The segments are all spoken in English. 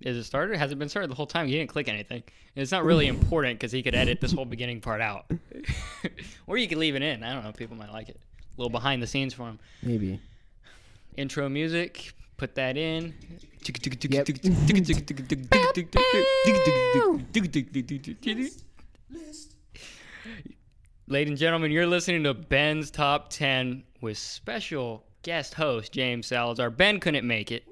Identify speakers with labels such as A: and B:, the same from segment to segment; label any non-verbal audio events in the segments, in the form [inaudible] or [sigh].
A: is it started? Has it been started the whole time? He didn't click anything. And it's not really important because he could edit this whole beginning part out, [laughs] or you could leave it in. I don't know. People might like it. A little behind the scenes for him.
B: Maybe.
A: Intro music. Put that in.
B: Yep.
A: [laughs] Ladies and gentlemen, you're listening to Ben's Top 10 with special guest host James Salazar. Ben couldn't make it.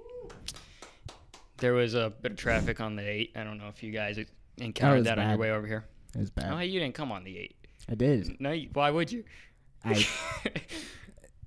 A: There was a bit of traffic on the 8. I don't know if you guys encountered
B: was
A: that on your
B: bad.
A: way over here.
B: It was
A: Oh, hey,
B: bad.
A: you didn't come on the 8.
B: I did.
A: No, you, why would you?
B: I
C: It's a,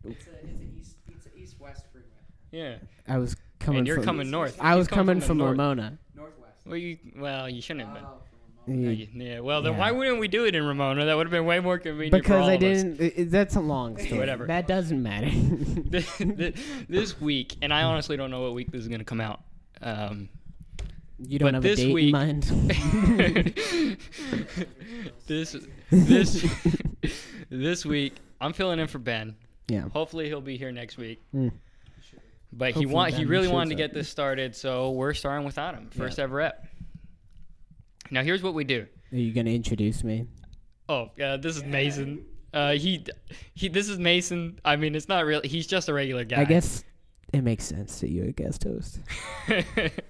C: it's an east, it's an east-west freeway,
A: [laughs] yeah. [laughs]
B: I was coming.
A: And you're
B: from,
A: coming north.
B: I
A: He's
B: was coming from,
A: the north.
B: Ramona.
C: northwest.
A: Well, you, well, you shouldn't have been.
C: Oh, from
A: No,
B: Yeah.
A: you- Yeah. Well, then
B: Yeah.
A: why wouldn't we do it in Ramona? That would have been way more convenient. for all
B: Because I
A: of us.
B: didn't. i- i- that's
A: [laughs]
B: a long story.
A: Whatever.
B: That doesn't
A: [laughs]
B: matter. [laughs]
A: Th- this week, and I honestly don't know what week this is going to come out. Um, [laughs]
B: you don't
A: but
B: have
A: this
B: a date
A: week-
B: in mind.
A: [laughs]
B: [laughs]
A: this this [laughs] this week, I'm filling in for Ben.
B: yeah.
A: Hopefully, he'll be here next week.
B: Mm.
A: But he
B: Hopefully
A: want he
B: Ben
A: really
B: shows
A: wanted to
B: up.
A: get this started, so we're starting without him. First ever rep. Now here's what we do.
B: Are you gonna introduce me?
A: Oh, yeah, this is Mason. Uh, he, he. This is Mason. I mean, it's not real. He's just a regular guy.
B: I guess it makes sense that you're a guest host.
A: [laughs]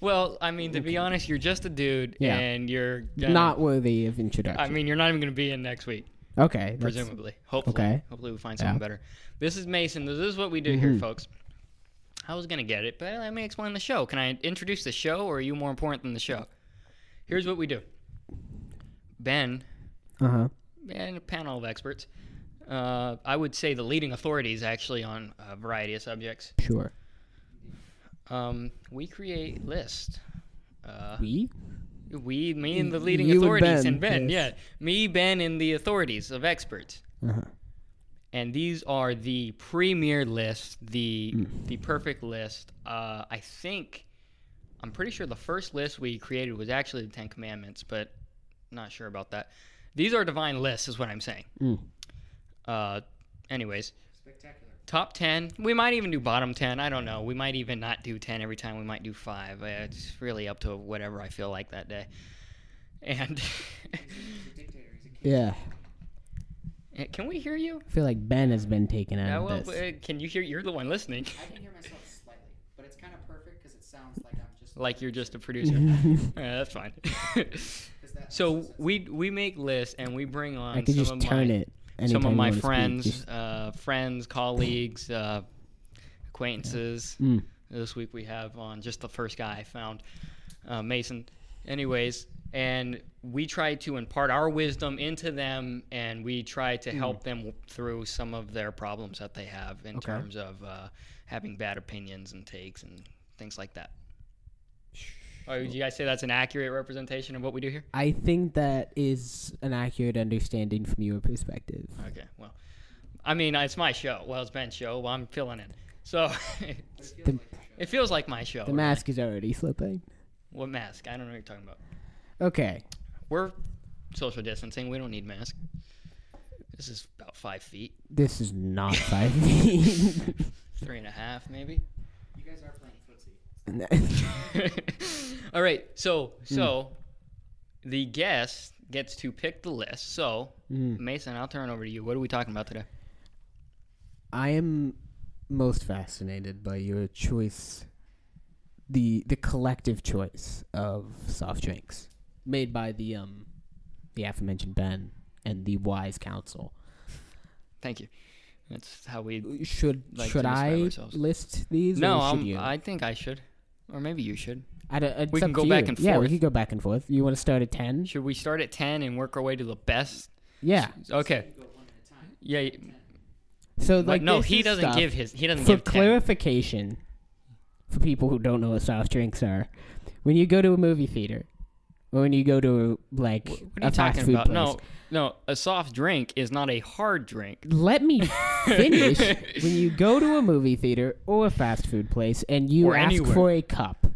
A: well, I mean, to be honest, you're just a dude,
B: Yeah.
A: and you're gonna-
B: Not worthy of introduction.
A: I mean, you're not even going to be in next week,
B: okay. that's-
A: presumably. Hopefully,
B: okay.
A: hopefully we find someone
B: Yeah. Mm-hmm.
A: better. This is Mason. This is what we do here, folks. I was going to get it, but let me explain the show. Can I introduce the show, or are you more important than the show? Here's what we do. Ben
B: Uh-huh.
A: and a panel of experts. Uh, I would say the leading authorities actually on a variety of subjects.
B: Sure.
A: Um, we create lists. Uh,
B: We?
A: We, me, and the leading
B: You and
A: authorities,
B: Ben,
A: and Ben,
B: yes.
A: yeah, me, Ben, and the authorities of experts,
B: Uh-huh.
A: and these are the premier list, the the perfect list. Uh, I think, I'm pretty sure the first list we created was actually the Ten Commandments, but not sure about that. These are divine lists, is what I'm saying.
B: Mm.
A: Uh, anyways,
C: Spectacular.
A: top ten. We might even do bottom ten. I don't know. We might even not do ten every time. We might do five. Uh, It's really up to whatever I feel like that day. And [laughs]
C: He's a dictator. He's a king.
B: Yeah.
A: Uh, Can we hear you?
B: I feel like Ben has been taken out
A: Yeah,
B: of
A: well,
B: this.
A: uh, can you hear? You're the one listening.
C: I can hear myself slightly, but it's kind of perfect because it sounds like I'm just
A: like you're just a producer. yeah, that's fine.
C: [laughs]
A: [laughs]
C: 'cause that
A: so
C: makes no sense.
A: we we make lists and we bring on
B: I could
A: some
B: just
A: of
B: turn
A: my
B: it.
A: some
B: anytime
A: of
B: you
A: my
B: wanna speak.
A: friends,
B: Just-
A: uh, friends, colleagues, uh, acquaintances.
B: Mm.
A: This week we have on just the first guy I found, uh, Mason. Anyways, and we try to impart our wisdom into them, and we try to help them through some of their problems that they have in
B: Mm. Okay.
A: terms of uh, having bad opinions and takes and things like that. Oh, would you guys say that's an accurate representation of what we do here?
B: I think that is an accurate understanding from your perspective.
A: Okay, well, I mean, it's my show. Well, it's Ben's show. Well, I'm filling it. So [laughs]
C: But it feels
B: the-
C: like the show.
A: it feels like my show.
B: The mask is already slipping.
A: What mask? I don't know what you're talking about.
B: Okay.
A: We're social distancing. We don't need masks. This is about five feet,
B: This
A: [laughs]
B: is not five feet. [laughs]
A: three and a half, maybe. [laughs]
C: You guys are playing footsie.
A: All right. So,
B: Hmm.
A: so the guest gets to pick the list. So,
B: Hmm.
A: Mason, I'll turn it over to you. What are we talking about today?
B: I am most fascinated by your choice, the the collective choice of soft drinks made by the um the aforementioned Ben and the wise council.
A: Thank you. That's how we.
B: Should
A: Like to
B: should
A: describe
B: I
A: ourselves.
B: list these?
A: No,
B: or should
A: I'm,
B: you?
A: I think I should, or maybe you should.
B: I don't, uh, it's
A: we can
B: up
A: go
B: to
A: back
B: you.
A: and
B: Yeah, we
A: forth.
B: could go back and forth. You want to start at ten?
A: Should we start at ten and work our way to the best?
B: Yeah.
A: Okay.
C: You go one at a time.
A: Yeah. y-
B: So
A: but
B: like
A: no,
B: this
A: he
B: is
A: doesn't
B: stuff-
A: give his. He doesn't
B: for
A: give 10.
B: clarification, for people who don't know what soft drinks are, when you go to a movie theater, or when you go to like
A: What are
B: a
A: you
B: fast
A: talking
B: food
A: about?
B: place,
A: No, no. A soft drink is not a hard drink.
B: let me finish.
A: [laughs]
B: when you go to a movie theater or a fast food place and you
A: Or
B: ask
A: anywhere.
B: for a cup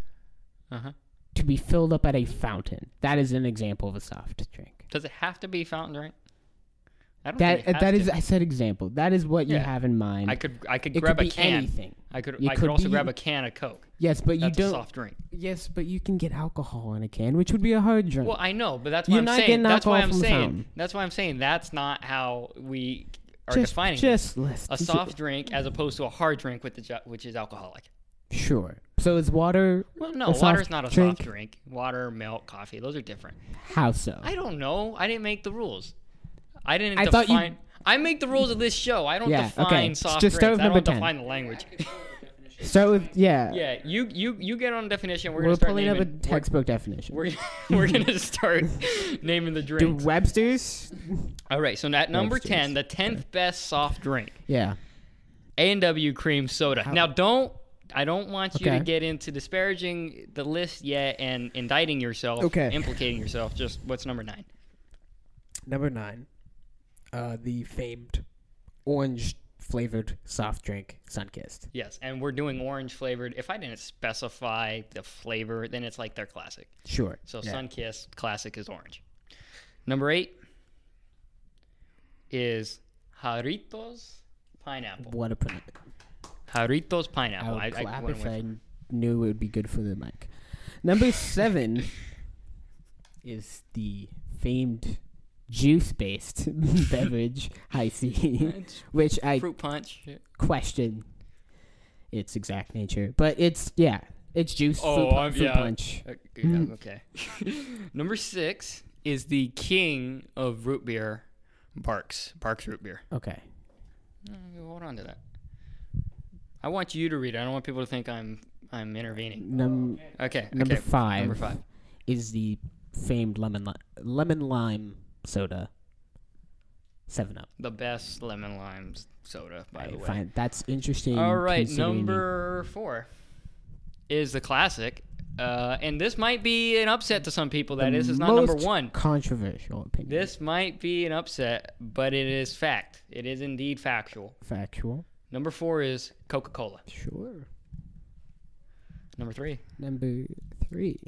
A: Uh-huh.
B: to be filled up at a fountain, that is an example of a soft drink.
A: Does it have to be fountain drink? I don't think
B: That
A: you
B: uh,
A: have
B: that
A: to.
B: is I said example. That is what you
A: Yeah.
B: have in mind.
A: I could I could
B: it
A: grab
B: could be
A: a can.
B: anything.
A: I could
B: It
A: I
B: could
A: could also
B: be-
A: grab a can of Coke.
B: Yes, but you
A: That's a
B: don't.
A: soft drink.
B: Yes, but you can get alcohol in a can, which would be a hard drink.
A: Well, I know, but that's why
B: You're
A: I'm
B: not
A: saying.
B: getting
A: That's why
B: alcohol
A: I'm
B: from the
A: saying.
B: fountain.
A: That's why I'm saying that's not how we are
B: just,
A: defining this.
B: just list
A: a soft drink as opposed to a hard drink with the ju- which is alcoholic.
B: Sure. So is water?
A: Well, no,
B: a
A: water's
B: soft
A: not a
B: drink?
A: soft drink. Water, milk, coffee, those are different.
B: How so?
A: I don't know. I didn't make the rules. I didn't
B: I thought you-
A: define. I make the rules of this show. I don't
B: Yeah,
A: define
B: okay.
A: soft
B: Just
A: drinks.
B: start with
A: I
B: number
A: don't
B: 10.
A: define the language.
C: I could go with the definition.
B: Start with yeah.
A: yeah, you you you get on definition. We're,
B: We're
A: gonna start
B: pulling up a
A: naming, we're-
B: textbook definition.
A: We're, we're [laughs] gonna start naming the
B: [laughs] Do
A: drinks. [laughs]
B: Webster's?
A: All right. So at number
B: Webster's.
A: ten, the tenth best soft drink.
B: Yeah.
A: A and W cream soda. Now, don't I don't want you
B: Okay.
A: to get into disparaging the list yet and indicting yourself,
B: Okay.
A: implicating yourself. Just what's number nine?
B: Number nine, uh, the famed orange flavored soft drink, Sunkist.
A: Yes, and we're doing orange flavored. If I didn't specify the flavor, then it's like their classic.
B: Sure.
A: So
B: Yeah.
A: Sunkist classic is orange. Number eight is Jarritos pineapple.
B: What a pronoun-
A: Jarritos
B: I
A: pineapple.
B: would Oh, clap
A: went
B: if
A: with-
B: I knew it would be good for the mic.
A: [laughs]
B: Number seven is the famed juice-based [laughs] beverage high
A: [laughs]
B: C,
A: It's
B: which I
A: fruit punch.
B: question its exact nature, but it's yeah, it's juice
A: Oh,
B: fruit, pu-
A: I'm-
B: fruit
A: yeah.
B: punch.
A: Uh, yeah,
B: Hmm.
A: Okay. [laughs] Number six is the king of root beer, Barks. Barks root beer.
B: Okay, Hmm,
A: Mm, Hold on to that. I want you to read it. I don't want people to think I'm I'm intervening.
B: Num-
A: Oh, Okay.
B: number
A: okay.
B: five.
A: Number five.
B: is the famed lemon li- lemon lime soda. Seven Up.
A: The best lemon lime soda, by
B: I
A: the way.
B: find that's interesting.
A: All right.
B: considering-
A: Number four is the classic. Uh, and this might be an upset to some people that this is not number
B: most
A: one.
B: Controversial opinion.
A: This might be an upset, but it is fact. It is indeed factual.
B: factual.
A: Number four is Coca Cola.
B: Sure.
A: Number three.
B: Number three.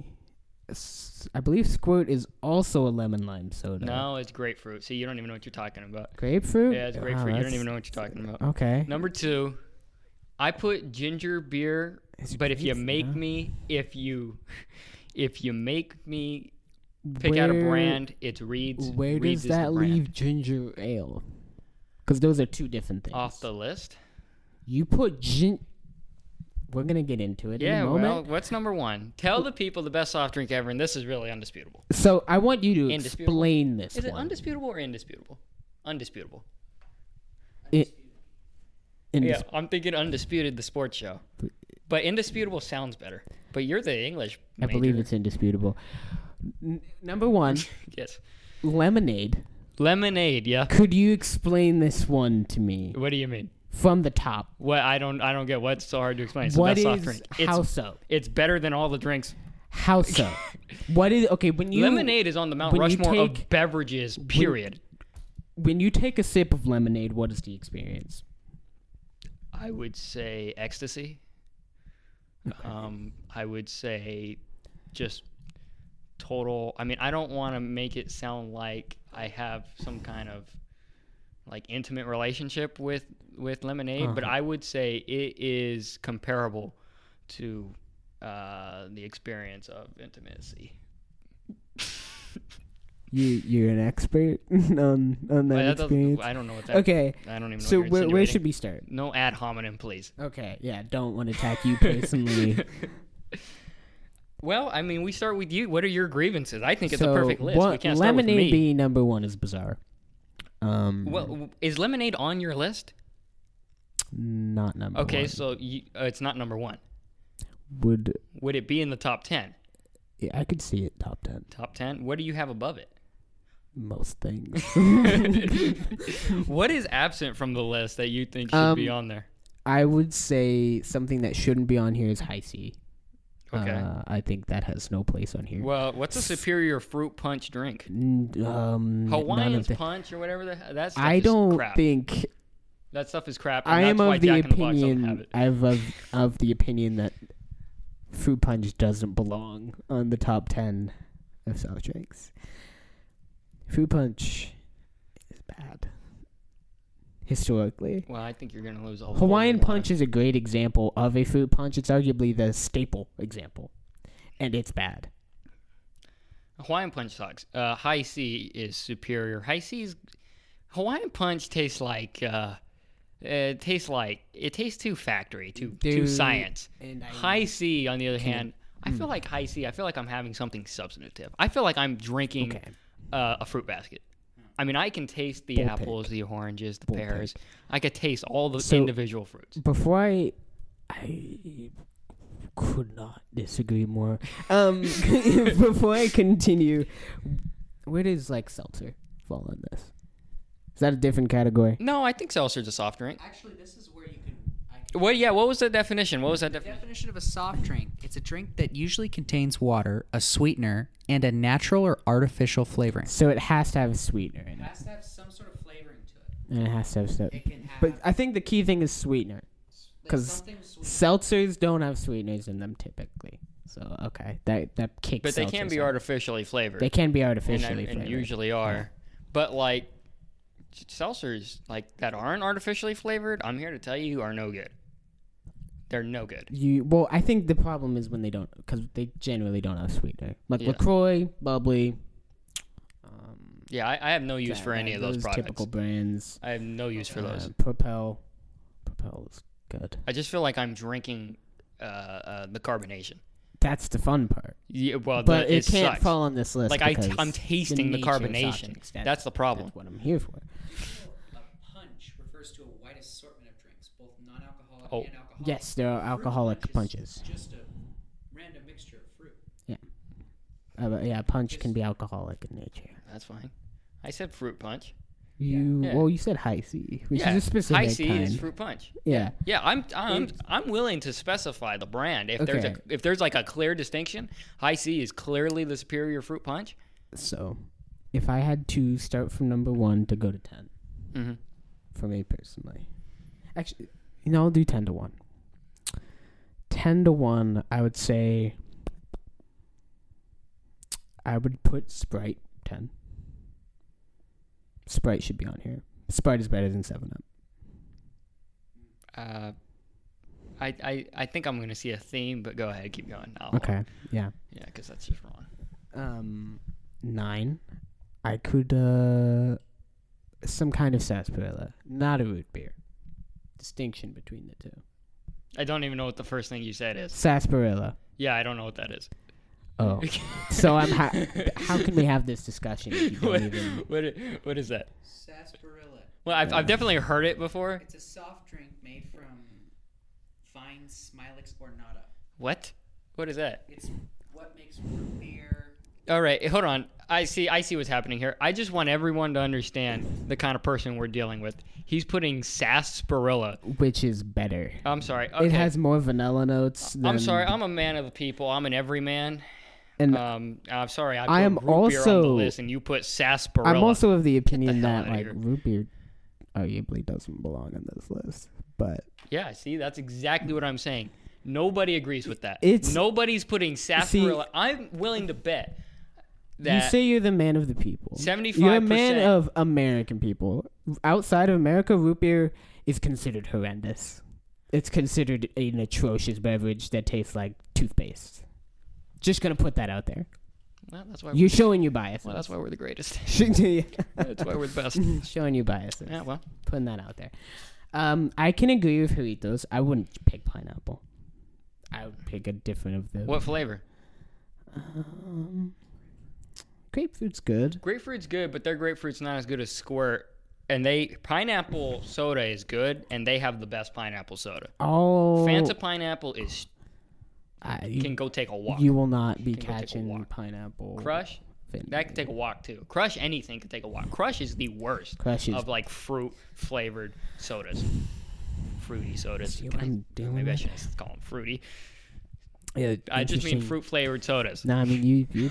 B: S- I believe Squirt is also a lemon lime soda.
A: No, it's grapefruit. See, you don't even know what you're talking about.
B: Grapefruit.
A: Yeah, it's
B: Wow,
A: grapefruit. you don't
B: that's-
A: even know what you're talking about.
B: Okay.
A: Number two, I put ginger beer,
B: It's
A: but if you
B: grapefruit,
A: make
B: huh?
A: me, if you, [laughs] if you make me pick out a
B: Where-
A: brand, it's Reed's.
B: Where
A: Reed's
B: does
A: is the
B: that
A: brand.
B: leave ginger ale? Because those are two different things.
A: Off the list.
B: You put gin. We're gonna get into it in
A: Yeah.
B: a moment.
A: Well, what's number one? Tell the people the best soft drink ever, and this is really undisputable.
B: so I want you to
A: Indisputable.
B: explain this
A: Is it
B: one.
A: undisputable or indisputable? Undisputable.
B: It-
A: Yeah,
B: indis-
A: I'm thinking Undisputed, the sports show. But Indisputable sounds better. But you're the English.
B: I believe
A: major.
B: it's indisputable. N- number one,
A: [laughs] Yes.
B: lemonade.
A: Lemonade, yeah.
B: Could you explain this one to me
A: What do you mean?
B: from the top?
A: What I don't I don't get what's so hard to explain. It's the
B: what
A: best soft
B: is
A: drink. It's
B: how so?
A: it's better than all the drinks.
B: How
A: [laughs]
B: so? what is okay when you
A: Lemonade is on the Mount
B: when you
A: Rushmore of
B: take-
A: beverages, period.
B: when you take a sip of lemonade? What is the experience?
A: I would say ecstasy. Um, I would say just total. I mean, I don't want to make it sound like I have some kind of like intimate relationship with with lemonade, but
B: Uh-huh.
A: I would say it is comparable to uh, the experience of intimacy.
B: You you're an expert [laughs] on on
A: But
B: that
A: that doesn't-
B: experience.
A: I don't know what that.
B: Okay,
A: I don't even know.
B: so
A: what you're
B: where, where
A: insinuating.
B: should we start?
A: no ad hominem, please.
B: Okay, yeah, don't want to attack
A: [laughs]
B: you personally.
A: Well, I mean, we start with you. What are your grievances? I think it's
B: so
A: a perfect list.
B: one-
A: we can't start with
B: lemonade
A: me.
B: being number one is bizarre. Um,
A: well, w- is lemonade on your list?
B: not number
A: Okay,
B: one.
A: so you, uh, it's not number one.
B: Would
A: Would it be in the top ten?
B: yeah, I could see it top ten
A: Top ten. What do you have above
B: [laughs]
A: it?
B: most things.
A: What is absent from the list that you think should be
B: Um,
A: on there?
B: I would say something that shouldn't be on here is high C.
A: Okay.
B: Uh, I think that has no place on here.
A: well, what's a superior fruit punch drink?
B: N- um, none
A: Hawaiian's
B: of the.
A: punch or whatever the, that stuff
B: I
A: is
B: don't
A: crap.
B: think
A: that stuff is crap. And
B: I am
A: that's why
B: of the
A: Jack in the Box don't have
B: opinion.
A: it.
B: I've of, of the opinion that fruit punch doesn't belong on the top ten of soft drinks. Fruit punch is bad. historically.
A: Well, I think you're gonna lose a
B: Hawaiian
A: whole lot
B: Punch is a great example of a fruit punch. It's arguably the staple example, and it's bad.
A: Of, Hawaiian Punch sucks. Uh, high C is superior. High C's Hawaiian Punch tastes like uh, it tastes like it tastes too factory, too too
B: Dude,
A: science.
B: and I-
A: high C, on the other hand, I feel like high C. I feel like I'm having something substantive. I feel like I'm drinking
B: Okay.
A: uh, a fruit basket. I mean, I can taste the
B: Bull
A: apples, the oranges, the pears. I could taste all the
B: So-
A: individual fruits.
B: Before I, I could not disagree more. Um, [laughs] before I continue, where does like seltzer fall on this? Is that a different category?
A: No, I think seltzer's a soft drink.
C: Actually, this is where you can. I,
A: Well, yeah. What was the definition? What was that definition?
C: definition of a soft drink it's a drink that usually contains water, a sweetener, and a natural or artificial flavoring.
B: So it has to have a sweetener in
C: It
B: it,
C: has to have some sort of flavoring to it.
B: and it has to have stuff.
C: It can have.
B: But I think the key thing is sweetener. 'cause
C: something sweet.
B: Seltzers don't have sweeteners in them typically. So okay, that that kicks.
A: But they can
B: seltzers
A: be
B: up.
A: artificially flavored.
B: They can be
A: and,
B: artificially
A: and, and
B: flavored.
A: usually are. But like seltzers, like that aren't artificially flavored, I'm here to tell you, are no good. They're no good.
B: You well, I think the problem is when they don't because they generally don't have sweetener. Like
A: Yeah.
B: Lacroix, bubbly. Um,
A: Yeah, I, I have no use
B: that-
A: for any
B: that-
A: of those, products.
B: typical brands.
A: I have no use for those.
B: Uh, Propel, Propel is good.
A: I just feel like I'm drinking uh, uh, the carbonation.
B: That's the fun part,
A: Yeah, well,
B: but
A: the,
B: it can't
A: Oh, sucks.
B: fall on this list.
A: Like I, t-
B: because
A: I'm tasting the,
B: nature of soft
A: carbonation.
B: drinks,
A: That's, the problem.
B: that's what I'm here for.
C: A punch refers to a wide assortment of drinks, both non-alcoholic
A: Oh.
C: and alcoholic.
B: Yes, there are
C: Fruit
B: alcoholic
C: punch is
B: punches.
C: Just a random mixture of fruit.
B: Uh, but yeah, punch can be alcoholic in nature.
A: That's fine. I said fruit punch.
B: You
A: Yeah.
B: well, you said high C, which
A: yeah,
B: is a specific
A: high C
B: kind.
A: is fruit punch.
B: yeah,
A: Yeah, I'm I'm I'm willing to specify the brand if there's a
B: Okay.
A: if there's like a clear distinction. High C is clearly the superior fruit punch.
B: So, if I had to start from number one to go to 10
A: Mhm.
B: for me personally, actually, you know, I'll do ten to one. Ten to one, I would say. I would put Sprite ten. Sprite should be on here. Sprite is better than Seven Up.
A: Uh, I, I I think I'm gonna see a theme, but go ahead, keep going. I'll,
B: Okay, yeah.
A: Yeah, because that's just wrong.
B: Um, nine. I could uh, some kind of sarsaparilla, not a root beer. Distinction between the two.
A: I don't even know what the first thing you said is.
B: Sarsaparilla.
A: Yeah, I don't know what that is.
B: Oh, so
A: [laughs]
B: I'm. Ha- how can we have this discussion? If you
A: what,
B: don't even-
A: what i- what is that?
C: Sarsaparilla.
A: Well, I've, I've definitely heard it before.
C: It's a soft drink made from fine Smilex or nata.
A: What? What is that?
C: It's what makes root beer.
A: All right, hold on. I see. I see what's happening here. I just want everyone to understand the kind of person we're dealing with. He's putting sarsaparilla.
B: Which is better?
A: I'm sorry. Okay.
B: It has more vanilla notes. Than,
A: I'm sorry. I'm a man of the people. I'm an everyman.
B: and
A: Um, I'm sorry. I, put
B: I am
A: root beer on the
B: also-
A: list, and you put sarsaparilla.
B: I'm also of the opinion
A: hell
B: that
A: outta
B: like
A: here.
B: root beer arguably doesn't belong on this list, but
A: Yeah. See, that's exactly what I'm saying. Nobody agrees with that.
B: It's-
A: nobody's putting sarsaparilla. I'm willing to bet that
B: you say you're the man of the people.
A: 75%
B: You're a man of American people. Outside of America, root beer is considered horrendous. It's considered an atrocious beverage that tastes like toothpaste. Just gonna put that out there.
A: well, that's why.
B: You're showing your bias.
A: well,
B: [laughs]
A: that's why we're the greatest. [laughs] that's
B: showing
A: why we're the
B: [laughs]
A: best.
B: you biases.
A: Yeah. Well.
B: Putting that out there. Um, I can agree with Doritos. I wouldn't pick pineapple. I would pick a different of the
A: What flavor?
B: Um, grapefruit's good.
A: Grapefruit's good, but their grapefruit's not as good as Squirt. And they pineapple soda is good, and they have the best pineapple soda.
B: Oh,
A: Fanta pineapple is
B: I,
A: can go take a walk.
B: You will not be
A: Can go take a
B: catching
A: walk.
B: pineapple.
A: Crush
B: vinegar.
A: that can take a walk too. Crush anything can take a walk. Crush is the worst
B: Crush is-
A: of like fruit flavored sodas, fruity sodas.
B: See what
A: Can
B: I'm
A: I,
B: doing
A: maybe I
B: with
A: should just call them fruity.
B: Yeah,
A: I just mean
B: interesting.
A: fruit flavored sodas.
B: No, I mean you.
A: [laughs]
B: you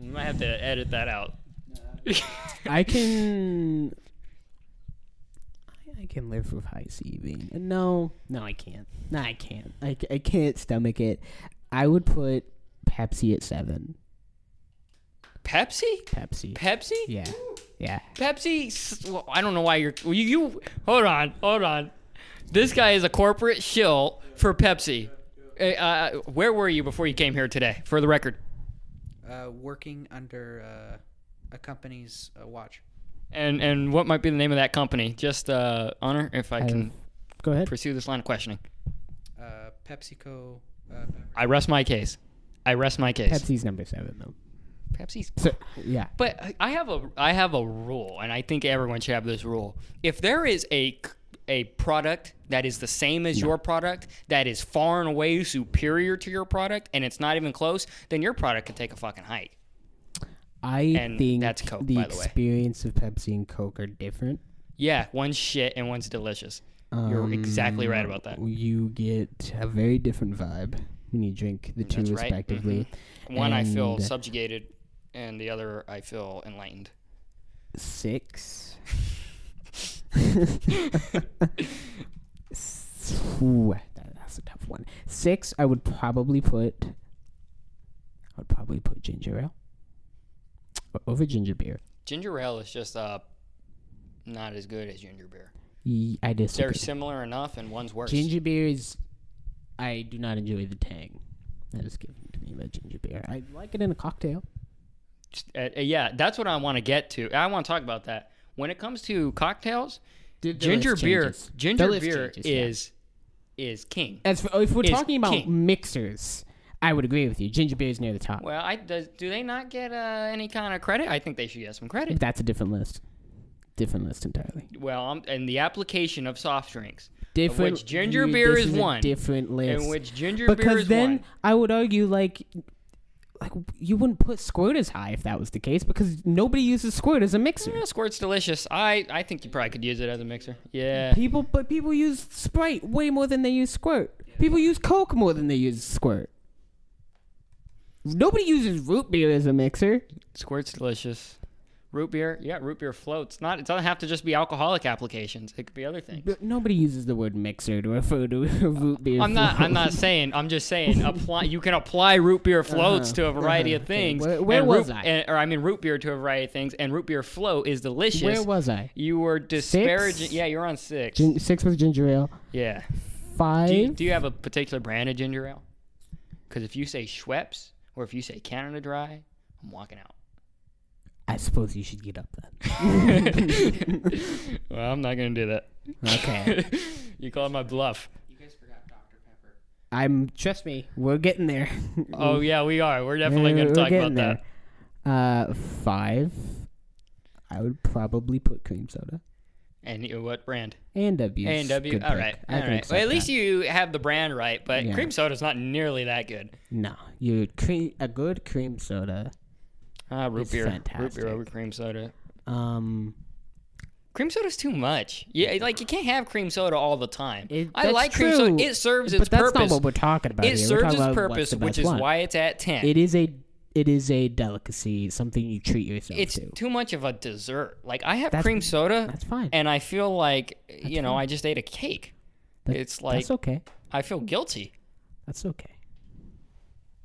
A: We might have to edit that out.
B: I can. I- I can live with high C being. No, no, I can't. No, I can't. I, c- I can't stomach it. I would put Pepsi at seven.
A: Pepsi?
B: Pepsi.
A: Pepsi?
B: Yeah.
C: Yeah.
A: Pepsi. s- Well, I don't know why you're. well, You, you hold on, hold on. This guy is a corporate shill for Pepsi. Eh, Uh, where were you before you came here today? For the record,
C: Uh, working under uh, a company's uh, watch.
A: and and what might be the name of that company? Just uh, honor, if I can
B: Go ahead.
A: pursue this line of questioning.
C: Uh, PepsiCo. Uh,
A: I rest my case. I rest my case.
B: Pepsi's number seven, though.
A: Pepsi's
B: So, yeah.
A: But I have a I have a rule, and I think everyone should have this rule. If there is a c- a product that is the same as your product, that is far and away superior to your product, and it's not even close, then your product can take a fucking hike.
B: I
A: And
B: think
A: that's Coke,
B: the
A: by the way.
B: experience of Pepsi and Coke are different.
A: Yeah, one's shit and one's delicious. You're exactly right about that.
B: Um, You get a very different vibe when you drink the two
A: That's right.
B: respectively.
A: One I feel
B: And
A: subjugated, and the other I feel enlightened. Mm-hmm.
B: six. S- Ooh, that- that's a tough one. Six, I would probably put. I would probably put ginger ale O- over ginger beer.
A: Ginger ale is just uh not as good as ginger beer.
B: Ye- I
A: They're
B: disagree.
A: similar enough, and one's worse.
B: Ginger beer is. I do not enjoy the tang that is given to me by ginger beer. I like it in a cocktail.
A: Uh, yeah, that's what I want to get to. I want to talk about that. When it comes to cocktails,
B: Did the
A: ginger
B: list
A: beer,
B: changes. The
A: ginger
B: list
A: beer
B: changes, yeah.
A: is is king.
B: As for, if we're
A: is
B: talking about
A: king.
B: mixers, I would agree with you. Ginger beer is near the top.
A: Well, I does, do they not get uh, any kind of credit? I think they should get some credit.
B: That's a different list. Different list entirely.
A: Well, um, and the application of soft drinks,
B: Different.
A: which ginger beer
B: this
A: is
B: a
A: one.
B: different list.
A: in which ginger
B: because
A: beer is
B: then
A: one.
B: I would argue like, like you wouldn't put squirt as high if that was the case because nobody uses squirt as a mixer.
A: Yeah, squirt's delicious. I I think you probably could use it as a mixer. Yeah.
B: People, but people use Sprite way more than they use squirt. People use Coke more than they use squirt. Nobody uses root beer as a mixer.
A: Squirt's delicious. Root beer, yeah, root beer floats. Not it doesn't have to just be alcoholic applications. It could be other things.
B: But nobody uses the word mixer to [laughs] refer to a root beer.
A: I'm not. I'm not saying. I'm just saying. Apply. You can apply root beer floats to a variety of things.
B: Uh-huh. Where- where
A: and
B: was
A: root,
B: I?
A: and- or I mean, root beer to a variety of things. And root beer float is delicious.
B: Where was I?
A: you were disparaging.
B: Six?
A: Yeah, you're on six.
B: Gin- six was ginger ale.
A: yeah.
B: Five.
A: Do you, do you have a particular brand of ginger ale? Because if you say Schweppes or if you say Canada Dry, I'm walking
B: [laughs]
A: out. [laughs]
B: I suppose you should get up then.
A: Well, I'm not gonna do that. [laughs]
B: Okay.
A: you called my bluff.
C: you guys forgot Dr. Pepper.
B: I'm. Trust me, we're getting there.
A: Oh yeah, we are. We're definitely
B: We're-
A: gonna
B: we're
A: talk
B: getting
A: about that.
B: there. Uh, five. I would probably put cream soda
A: And you- what brand?
B: and W.
A: A and W. All right, all right. Well, at least you have the brand right, but
B: Yeah.
A: cream soda's not nearly that good.
B: No, you cream a good cream soda.
A: Ah, root
B: It's
A: beer, root
B: fantastic.
A: beer over cream soda.
B: Um,
A: Cream soda's too much. Yeah, like you can't have cream soda all the time.
B: it,
A: I
B: that's
A: like
B: true,
A: cream soda. It serves
B: but
A: its
B: that's
A: purpose.
B: not what we're talking about.
A: it
B: here. We're
A: serves
B: talking
A: its
B: about what's
A: purpose,
B: the
A: which
B: best
A: is
B: one.
A: why it's at ten.
B: it is a it is a delicacy, something you treat yourself
A: it's
B: to.
A: too much of a dessert. Like I have
B: That's-
A: cream soda,
B: That's fine.
A: and I feel like you know I just ate a cake.
B: That-
A: it's like
B: that's okay.
A: I feel guilty.
B: That's okay.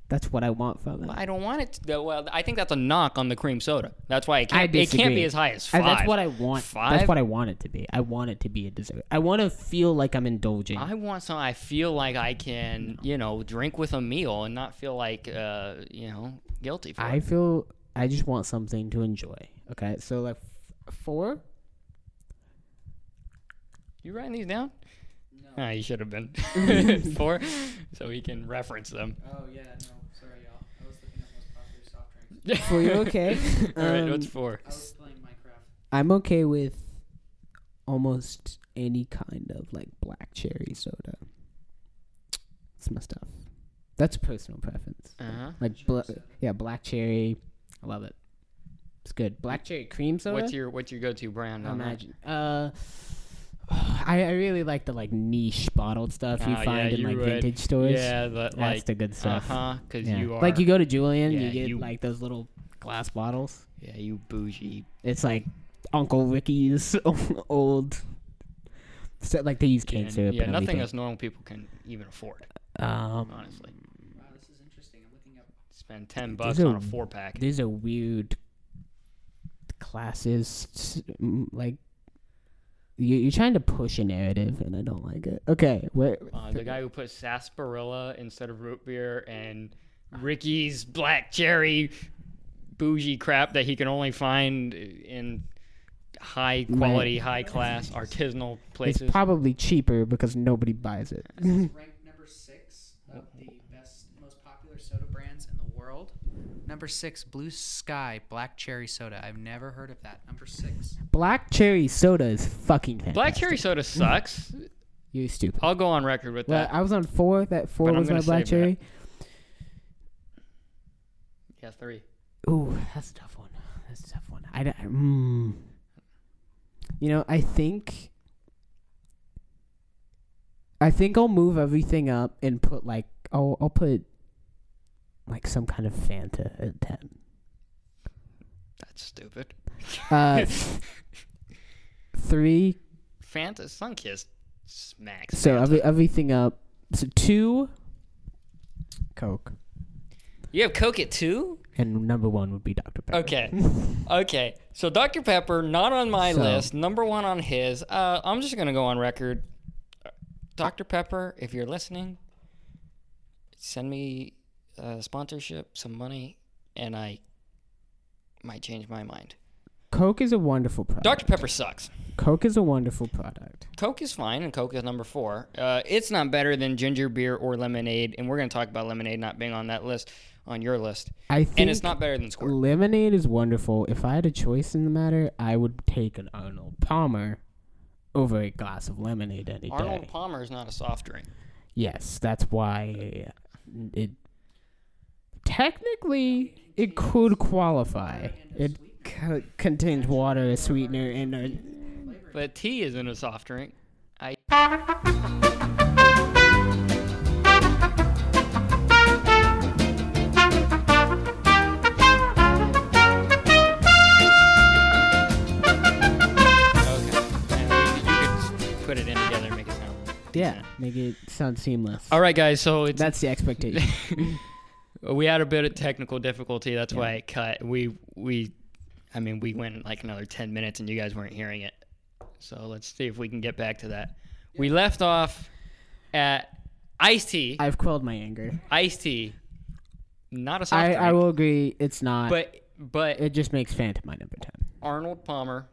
B: That's what I want from it.
A: I don't want it. To, well, I think that's a knock on the cream soda. That's why it
B: I
A: can't. It can't
B: disagree.
A: be as high as
B: I-
A: five.
B: that's what I want. That's
A: Five?
B: what I want it to be. I want it to be a dessert. I want to feel like I'm indulging.
A: I want something I feel like I can, you know, drink with a meal and not feel like, uh, you know, guilty for
B: I
A: it.
B: feel I just want something to enjoy. Okay, so like f- four.
A: You writing these down? No. you should have been.
B: [laughs]
A: [laughs] Four. So we can reference them.
C: Oh, yeah, no. Sorry, y'all. I was looking up most popular soft drinks.
B: Four, you're okay.
A: [laughs] All right,
B: Um,
A: what's four?
C: I was playing Minecraft.
B: I'm okay with almost any kind of like black cherry soda. It's my stuff. That's a personal preference.
A: Uh-huh.
B: Like, bla- yeah, black cherry. I love it. It's good. Black cherry cream soda.
A: What's your what's your go to brand?
B: I
A: on that?
B: imagine. Uh, [sighs] I, I really like the like niche bottled stuff you
A: Oh, yeah,
B: find in
A: you
B: like
A: would.
B: vintage stores.
A: Yeah, but
B: that's
A: like
B: the good
A: uh
B: stuff.
A: huh, because
B: Yeah.
A: you are
B: like you go to Julian,
A: Yeah,
B: you get
A: you-
B: like those little glass bottles.
A: yeah you bougie.
B: It's like Uncle Ricky's [laughs] old. So, like they use cane
A: and-
B: syrup.
A: yeah,
B: and
A: nothing
B: everything.
A: us normal people can even afford.
B: Um,
A: Honestly,
C: Wow, this is interesting. I'm looking up.
A: spend ten bucks
B: are-
A: on a four pack.
B: there's a weird classist. mm, Like you, you're trying to push a narrative, and I don't like it. Okay, where
A: Uh, the guy who put sarsaparilla instead of root beer and Ricky's black cherry bougie crap that he can only find in high quality, high class artisanal
B: it's
A: places.
B: probably cheaper because nobody buys it. [laughs]
C: ranked number six of the best, most popular soda brands in the world. Number six, Blue Sky Black Cherry Soda. I've never heard of that. Number six.
B: Black cherry soda is fucking fantastic.
A: black cherry soda sucks.
B: You're stupid.
A: I'll go on record with
B: Well,
A: that.
B: I was on four. That four
A: uh, But I'm
B: was my
A: gonna
B: black
A: save
B: cherry.
A: that. yeah, three.
B: Ooh, that's a tough one. That's a tough one. I, don't- mm. You know, I think. I think I'll move everything up and put like I'll I'll put like some kind of Fanta at ten.
A: That's stupid. [laughs]
B: Uh, three.
A: Fanta Sunkist smacks.
B: So
A: Fanta.
B: every, everything up. So two. Coke
A: you have Coke at two?
B: and number one would be Dr Pepper. [laughs]
A: Okay. okay. So Dr. Pepper, not on my
B: So-
A: list, number one on his. Uh, I'm just going to go on record. Dr. Pepper, if you're listening, send me a sponsorship, some money, and I might change my mind.
B: Coke is a wonderful product.
A: Dr. Pepper sucks.
B: Coke is a wonderful product.
A: Coke is fine, and Coke is number four. Uh, it's not better than ginger beer or lemonade, and we're going to talk about lemonade not being on that list, on your list.
B: I think
A: And it's not better than Squirt.
B: Lemonade is wonderful. If I had a choice in the matter, I would take an Arnold Palmer over a glass of lemonade any
A: Arnold
B: day.
A: Palmer is not a soft drink.
B: Yes, that's why it technically it could qualify. It co- contains water, a sweetener, and a
A: But tea isn't a soft drink. I. Put it in together and make it sound.
B: yeah, make it sound seamless.
A: All right, guys. So it's
B: That's the
A: [laughs]
B: expectation.
A: we had a bit of technical difficulty. That's why it cut. We we, I mean, we went like another ten minutes, and you guys weren't hearing it. So let's see if we can get back to that. We left off at iced tea.
B: I've quelled my anger.
A: Iced tea, not a soft
B: I,
A: drink,
B: I will agree, it's not.
A: but but
B: it just makes Phantom my number ten.
A: Arnold Palmer.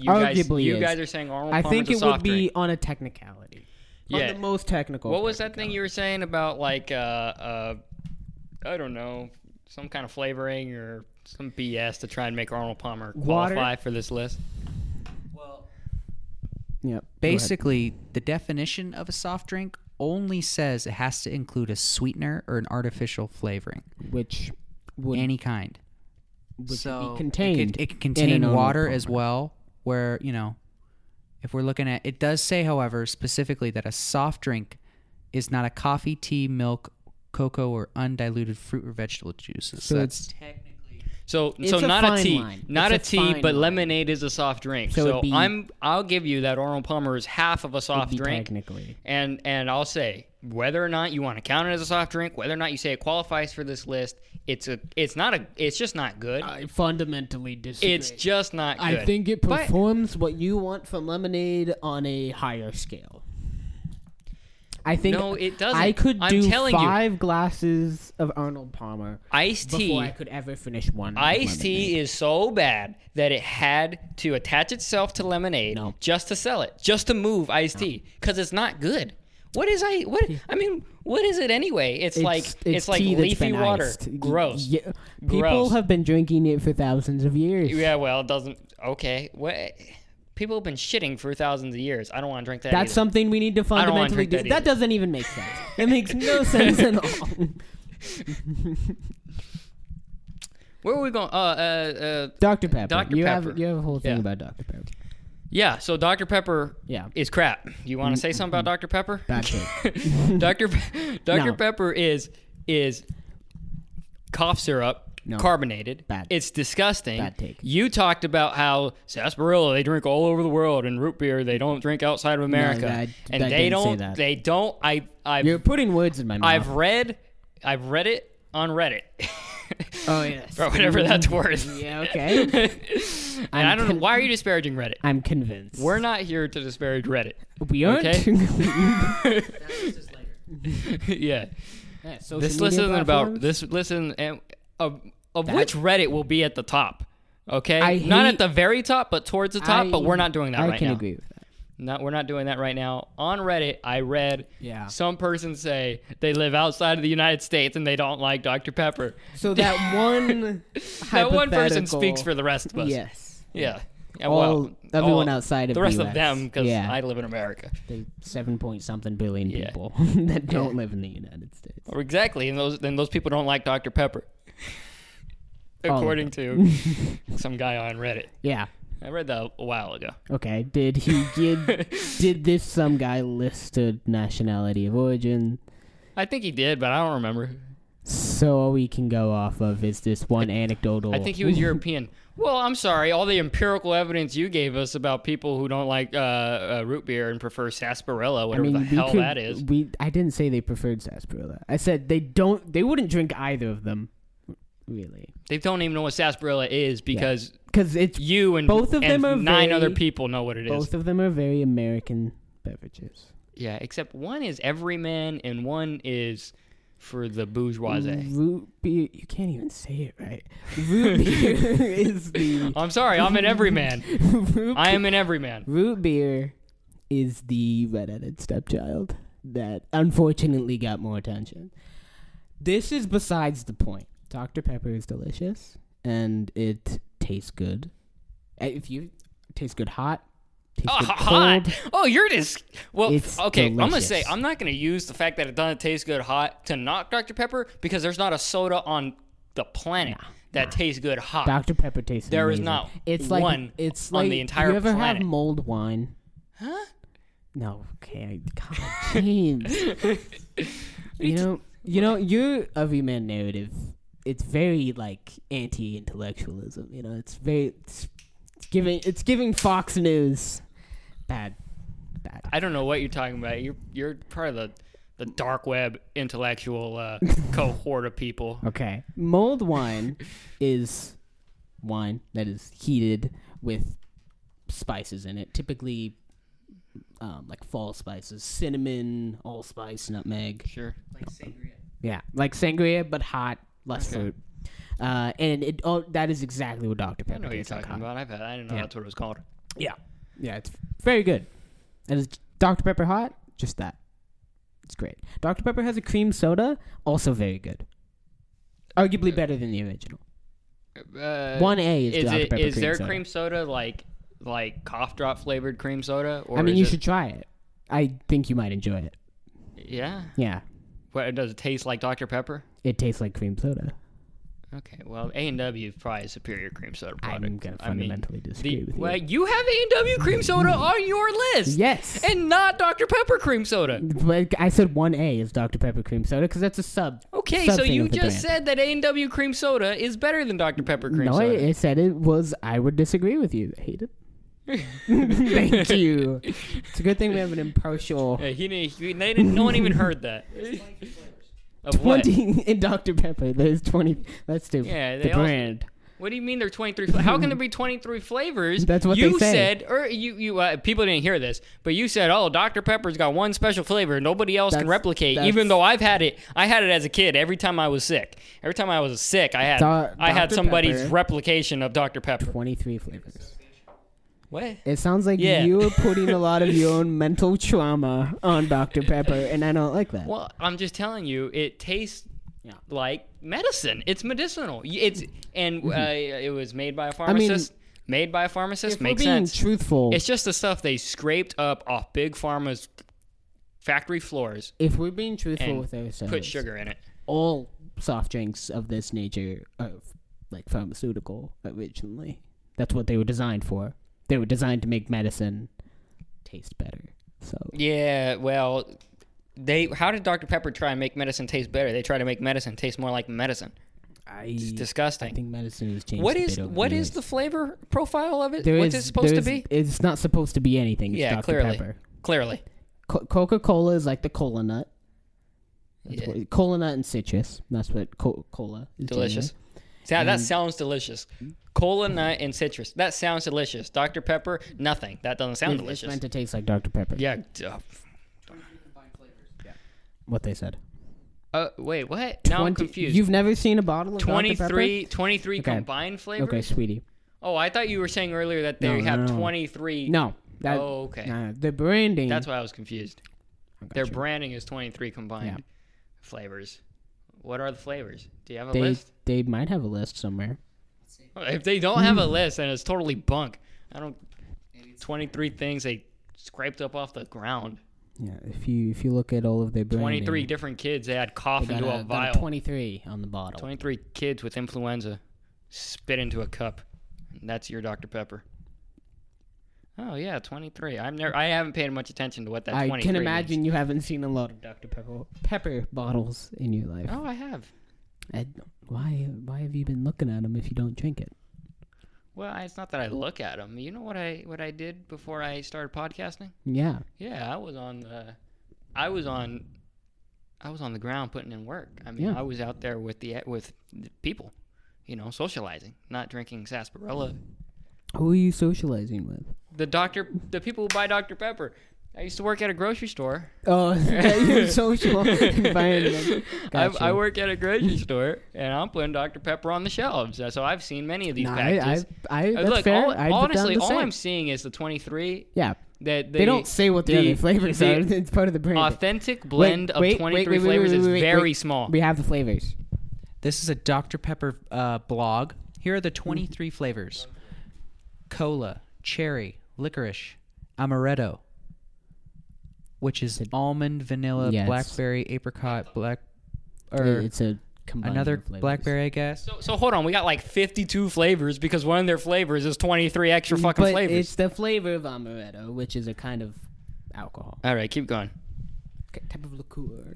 A: You guys,
B: Arguably
A: you
B: is.
A: guys are saying Arnold
B: I
A: Palmer's
B: think
A: a
B: it
A: soft
B: would be
A: drink.
B: on a technicality. On
A: Yeah.
B: the most technical.
A: What was that thing you were saying about like uh uh I don't know, some kind of flavoring or some BS to try and make Arnold Palmer
B: Water.
A: qualify for this list?
C: Well,
B: Yep.
C: basically, the definition of a soft drink only says it has to include a sweetener or an artificial flavoring,
B: which would
C: any kind.
B: Which would
C: so it
B: be
C: could-
B: contained
C: It could
B: in an
C: contain
B: Arnold
C: water as
B: Palmer.
C: well, where, you know, if we're looking at it does say, however, specifically that a soft drink is not a coffee, tea, milk, cocoa, or undiluted fruit or vegetable juices. So,
B: So
C: that's
B: it's-
C: technically
A: So
B: It's
A: so
B: a
A: not a
B: fine
A: tea,
B: line.
A: not
B: It's
A: a,
B: a
A: tea,
B: fine
A: but
B: line.
A: lemonade is a soft drink.
B: So
A: So,
B: it'd be-
A: I'm I'll give you that Arnold Palmer is half of a soft
B: be
A: drink.
B: technically.
A: And and I'll say whether or not you want to count it as a soft drink, whether or not you say it qualifies for this list, it's a it's not a it's just not good.
B: I fundamentally disagree.
A: it's just not good.
B: Uh, I think it
A: But-
B: performs what you want from lemonade on a higher scale. I think
A: No, it doesn't.
B: I could
A: I'm
B: do
A: telling you.
B: five glasses of Arnold Palmer
A: iced tea
B: before I could ever finish one. with
A: Iced
B: lemonade.
A: tea is so bad that it had to attach itself to lemonade
B: No.
A: just to sell it, just to move iced tea, because it's not good. What is I? What I mean? What is it anyway? It's, like it's, like
B: tea that's
A: leafy
B: been
A: water.
B: iced. Y-
A: Gross.
B: y-
A: Yeah.
B: People
A: Gross.
B: have been drinking it for thousands of years.
A: Well, it doesn't. Okay. What? People have been shitting for thousands of years. I don't want to drink that.
B: That's
A: either.
B: something we need to
A: don't wanna
B: fundamentally
A: drink
B: do.
A: that
B: That,
A: either.
B: doesn't even make sense. It
A: [laughs]
B: makes no sense at all.
A: Where are we going? Uh, uh, uh,
B: Dr. Pepper.
A: Dr.
B: You
A: Pepper.
B: have you have a whole thing
A: Yeah.
B: about Dr. Pepper.
A: yeah. So Dr Pepper
B: Yeah.
A: is crap. You want to say something about Dr Pepper? [laughs]
B: Bad take.
A: Dr. Pe- Dr.
B: No.
A: Pepper is is cough syrup
B: No.
A: carbonated.
B: Bad.
A: It's disgusting.
B: Bad take.
A: You talked about how sarsaparilla they drink all over the world and root beer they don't drink outside of America.
B: that-
A: and
B: I
A: they
B: didn't say
A: don't
B: that.
A: they don't I I've
B: You're putting words in my mouth.
A: I've read I've read it on Reddit.
B: Oh
A: [laughs]
B: yes.
A: or whatever that's worth. [laughs]
B: mm, Yeah, okay.
A: And
B: I'm
A: I don't know
B: con-
A: why are you disparaging Reddit.
B: I'm convinced.
A: We're not here to disparage Reddit.
B: We aren't.
A: Okay. [laughs]
C: later.
A: yeah,
B: [laughs] Yeah, social
A: this
B: media
A: listen about
B: platforms.
A: this listen and of of
B: That-
A: which Reddit will be at the top. Okay,
B: I
A: not
B: hate-
A: at the very top, but towards the top. but
B: I-
A: we're not doing that
B: I
A: right
B: can
A: now.
B: agree with that.
A: No, we're not doing that right now. On Reddit, I read
B: Yeah.
A: some person say they live outside of the United States and they don't like Dr. Pepper. [laughs]
B: So that one
A: That one person
B: hypothetical-
A: speaks for the rest of us.
B: Yes.
A: Yeah. Yeah,
B: All-
A: well,
B: everyone
A: all-
B: outside of
A: the rest
B: US.
A: of them, because
B: Yeah.
A: I live in America.
B: The seven point something billion
A: Yeah.
B: people [laughs] that don't live in the United States.
A: Or exactly, and those then those people don't like Dr. Pepper,
B: All of
A: according to
B: [laughs]
A: some guy on Reddit.
B: Yeah.
A: I read that a while ago.
B: Okay. Did he give?
A: [laughs]
B: did this some guy list a nationality of origin?
A: I think he did, but I don't remember.
B: So all we can go off of is this one anecdotal.
A: I think he was
B: [laughs]
A: European. Well, I'm sorry. All the empirical evidence you gave us about people who don't like uh, uh, root beer and prefer sarsaparilla,
B: I
A: whatever
B: mean,
A: the
B: we
A: hell
B: could-
A: that is.
B: We I didn't say they preferred sarsaparilla. I said they don't. They wouldn't drink either of them, really,
A: They don't even know what sarsaparilla is because
B: because it's
A: you and
B: Both of
A: and
B: them are
A: nine
B: very-
A: other people know what it is.
B: both of them are very American beverages.
A: Yeah, except one is everyman and one is for the bourgeoisie.
B: [laughs] Root beer. You can't even say it right. Root beer [laughs] is the
A: I'm sorry, I'm an everyman.
B: root,
A: I am an everyman.
B: root beer is the redheaded stepchild that unfortunately got more attention. This is besides the point. Dr Pepper is delicious and it tastes good. Uh, If you tastes good hot, tastes
A: Oh, [laughs]
B: good
A: hot.
B: cold.
A: Oh, you're just well.
B: It's
A: okay, I'm gonna
B: delicious.
A: say I'm not gonna use the fact that it doesn't taste good hot to knock Dr Pepper because there's not a soda on the planet that tastes good hot.
B: Dr Pepper tastes.
A: There is
B: amazing.
A: not
B: It's like
A: one
B: it's
A: on
B: like,
A: the entire
B: You ever
A: planet.
B: have mulled wine?
A: huh?
B: No, okay, I- God,
A: [laughs]
B: James. you know, you know, your every man narrative. It's very like anti-intellectualism. You know, it's very it's, it's giving it's giving Fox News bad, bad.
A: I don't know what you're talking about. You're you're part of the the dark web intellectual
B: [laughs]
A: uh, cohort of people.
B: Okay, mulled wine is wine that is heated with spices in it, typically um, like fall spices, cinnamon, allspice, nutmeg.
A: Sure.
C: Like sangria.
B: Yeah, like sangria but hot, less
A: Okay.
B: fruit. Uh, and it oh, that is exactly what Dr
A: I
B: Pepper
A: know what you're
B: tastes like
A: talking
B: hot.
A: about. I've had. I didn't know
B: Yeah.
A: that's what it was called.
B: Yeah, yeah, it's very good. And is Dr Pepper hot? Just that. It's great. Dr Pepper has a cream soda, also very good. Arguably better than the original.
A: Uh,
B: One A is,
A: is
B: Dr
A: it
B: Pepper
A: is
B: cream
A: there
B: soda.
A: cream soda like like cough drop flavored cream soda or
B: I mean,
A: is
B: you
A: it-
B: should try it. I think you might enjoy it.
A: yeah
B: Yeah,
A: what does it taste like dr pepper
B: it tastes like cream soda.
A: okay well a&w is probably a superior cream soda product
B: I'm gonna
A: I mean,
B: fundamentally disagree
A: the,
B: with you.
A: well, you have a&w cream
B: [laughs]
A: soda on your list
B: yes.
A: and not dr pepper cream soda
B: Like I said, one A is Dr Pepper cream soda because that's a sub.
A: okay
B: sub
A: so
B: thing
A: you
B: of the
A: just said
B: brand.
A: that a&w cream soda is better than dr pepper cream
B: No, I,
A: soda
B: I said it was. I would disagree with you.
A: [laughs]
B: I hate it. Thank you. It's a good thing we have an impartial
A: Yeah, he, didn't- he- they didn't, no one even heard that of what?
B: twenty in Dr Pepper. There's twenty. That's stupid.
A: Yeah, they
B: the
A: also-
B: brand.
A: What do you mean there are 23? Fla- How can there be 23 flavors?
B: That's what
A: you
B: they say.
A: said, or you you uh, people didn't hear this, but you said, "Oh, Dr Pepper's got one special flavor, nobody else can
B: That's-
A: replicate."
B: that's-
A: Even though I've had it, I had it as a kid. Every time I was sick, every time I was sick, I had
B: Do-
A: I had
B: Dr.
A: somebody's
B: Pepper.
A: replication of Dr Pepper.
B: Twenty-three flavors.
A: What?
B: It sounds like
A: Yeah.
B: you are putting a lot of your
A: [laughs]
B: own mental trauma on Dr Pepper, and I don't like that.
A: Well, I'm just telling you, it tastes
B: Yeah.
A: like medicine. It's medicinal. Y- It's and uh, it was made by a
B: Mm-hmm. mean,
A: pharmacist. made by a pharmacist
B: if
A: makes
B: we're being
A: sense.
B: truthful,
A: It's just the stuff they scraped up off big pharma's factory floors
B: if we're being truthful
A: and
B: with ourselves,
A: put sugar in it.
B: all soft drinks of this nature are like pharmaceutical originally. That's what they were designed for. They were designed to make medicine taste better. So
A: Yeah, well, they how did Dr Pepper try and make medicine taste better? They try to make medicine taste more like medicine.
B: I,
A: It's
B: I
A: disgusting.
B: think medicine has changed.
A: what
B: a
A: is
B: bit over
A: what
B: the
A: is
B: years.
A: the flavor profile of it?
B: There
A: What's
B: is-
A: it supposed
B: there
A: to
B: is-
A: be?
B: It's not supposed to be anything. It's
A: Yeah,
B: Dr
A: clearly.
B: Pepper.
A: Clearly.
B: Co- Coca Cola is like the cola nut. That's
A: Yeah.
B: what, cola nut and citrus. That's what co- cola is
A: Delicious.
B: generally.
A: Yeah, that sounds delicious. Cola, nut, and citrus. That sounds delicious. Dr. Pepper, nothing. That doesn't sound
B: It- It's
A: delicious.
B: meant to taste like Dr Pepper.
A: Yeah. duh.
B: What they said.
A: Uh, wait, what? Now I'm
B: 20
A: confused.
B: You've never seen a bottle of Dr Pepper?
A: 23, 23
B: Okay.
A: combined flavors?
B: Okay, sweetie.
A: Oh, I thought you were saying earlier that they
B: No,
A: have
B: no, no.
A: 23.
B: No. That,
A: Oh, okay.
B: nah, the branding.
A: That's why I was confused. Their
B: gotcha.
A: branding is 23 combined
B: Yeah.
A: flavors. What are the flavors? Do you have a
B: they
A: list? [laughs]
B: they might have a list somewhere.
A: If they don't
B: [laughs]
A: have a list, then it's totally bunk. I don't. 23 things they scraped up off the ground.
B: Yeah, if you if you look at all of their branding,
A: 23 different kids they had
B: they
A: cough
B: got,
A: into
B: a,
A: a
B: got a
A: vial.
B: 23 on the bottle.
A: 23 kids with influenza spit into a cup. And that's your Dr. Pepper. Oh yeah, 23. I'm never. I haven't paid much attention to what that.
B: I
A: 23
B: can
A: means.
B: imagine you haven't seen a lot of Dr Pepper Pepper bottles in your life.
A: Oh, I have.
B: And why why have you been looking at them if you don't drink it?
A: Well, I- it's not that I look at them. You know what I what I did before I started podcasting?
B: Yeah.
A: Yeah, I was on the, I was on, I was on the ground putting in work. I mean,
B: Yeah.
A: I was out there with the with the people, you know, socializing, not drinking sarsaparilla.
B: Who are you socializing with?
A: The doctor, the people who buy Dr Pepper. I used to work at a grocery store.
B: Oh, [laughs] your social environment. Gotcha.
A: I, I work at a grocery
B: [laughs]
A: store, and I'm putting Dr Pepper on the shelves. So I've seen many of these
B: Nah, I,
A: packages.
B: I, I,
A: Uh,
B: that's
A: Look,
B: fair.
A: all-
B: I'd put down
A: honestly,
B: the
A: all
B: same.
A: I'm seeing is the 23
B: yeah,
A: that
B: they don't say what the,
A: the-
B: other flavors
A: the
B: are. [laughs] It's part of the brand.
A: authentic blend
B: wait,
A: of
B: wait,
A: 23
B: wait, wait,
A: flavors
B: wait,
A: is
B: wait, wait,
A: very
B: wait.
A: small.
B: we have the flavors.
C: This is a Dr. Pepper uh, blog. Here are the 23 flavors cola, cherry, licorice, amaretto, which is almond, vanilla,
B: Yeah, it's-
C: blackberry, apricot, black,
B: It-
C: or
B: it's a combined
C: another
B: of flavors.
C: blackberry, I guess.
A: So, so hold on, we got like 52 flavors because one of their flavors is 23 extra fucking
B: Mm, But
A: flavors.
B: it's the flavor of amaretto, which is a kind of alcohol
A: All right, keep going.
B: K- type of liqueur.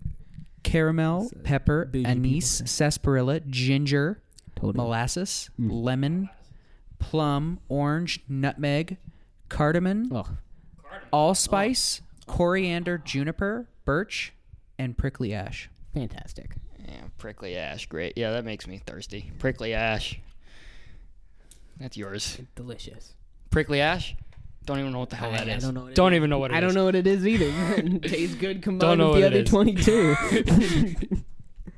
C: caramel, pepper,
B: bougie Mm.
C: anise, sarsaparilla, ginger,
B: Totally.
C: molasses,
B: Mm.
C: lemon, plum, orange, nutmeg, cardamom,
B: Oh,
C: allspice, coriander, juniper, birch, and prickly ash.
B: fantastic!
A: Yeah, prickly ash, great. Yeah, that makes me thirsty. Prickly ash. That's yours.
B: Delicious.
A: Prickly ash? Don't even know what the hell
B: I-
A: that
B: I
A: is.
B: don't know what it
A: Don't
B: is.
A: even know what it is.
B: I don't know what it is [laughs] either. Tastes good combined
A: Don't know
B: with the
A: what
B: other
A: it [laughs]
B: twenty-two.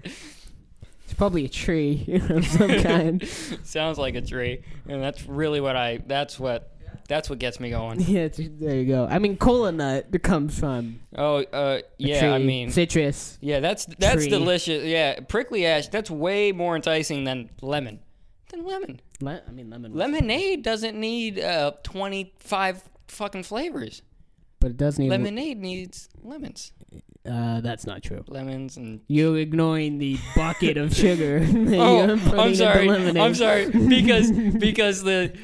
B: it's probably a tree [laughs]
A: [laughs]
B: of some kind.
A: Sounds like a tree, and that's really what I. That's what. That's what gets me going.
B: Yeah, it's, there you go. I mean, cola nut comes from
A: Oh, uh,
B: a
A: yeah.
B: tree,
A: I mean,
B: citrus.
A: Yeah, that's that's
B: Tree.
A: delicious. Yeah, prickly ash. That's way more enticing than lemon. Than lemon.
B: Le- I mean, lemon.
A: Lemonade doesn't need uh twenty five fucking flavors.
B: but it does need.
A: Lemonade needs lemons,
B: Uh, that's not true.
A: lemons and.
B: You're ignoring the
A: [laughs]
B: bucket of sugar. [laughs] that you're
A: Oh,
B: putting
A: [laughs] I'm
B: into
A: sorry.
B: lemonade.
A: I'm
B: [laughs]
A: sorry because because the because there's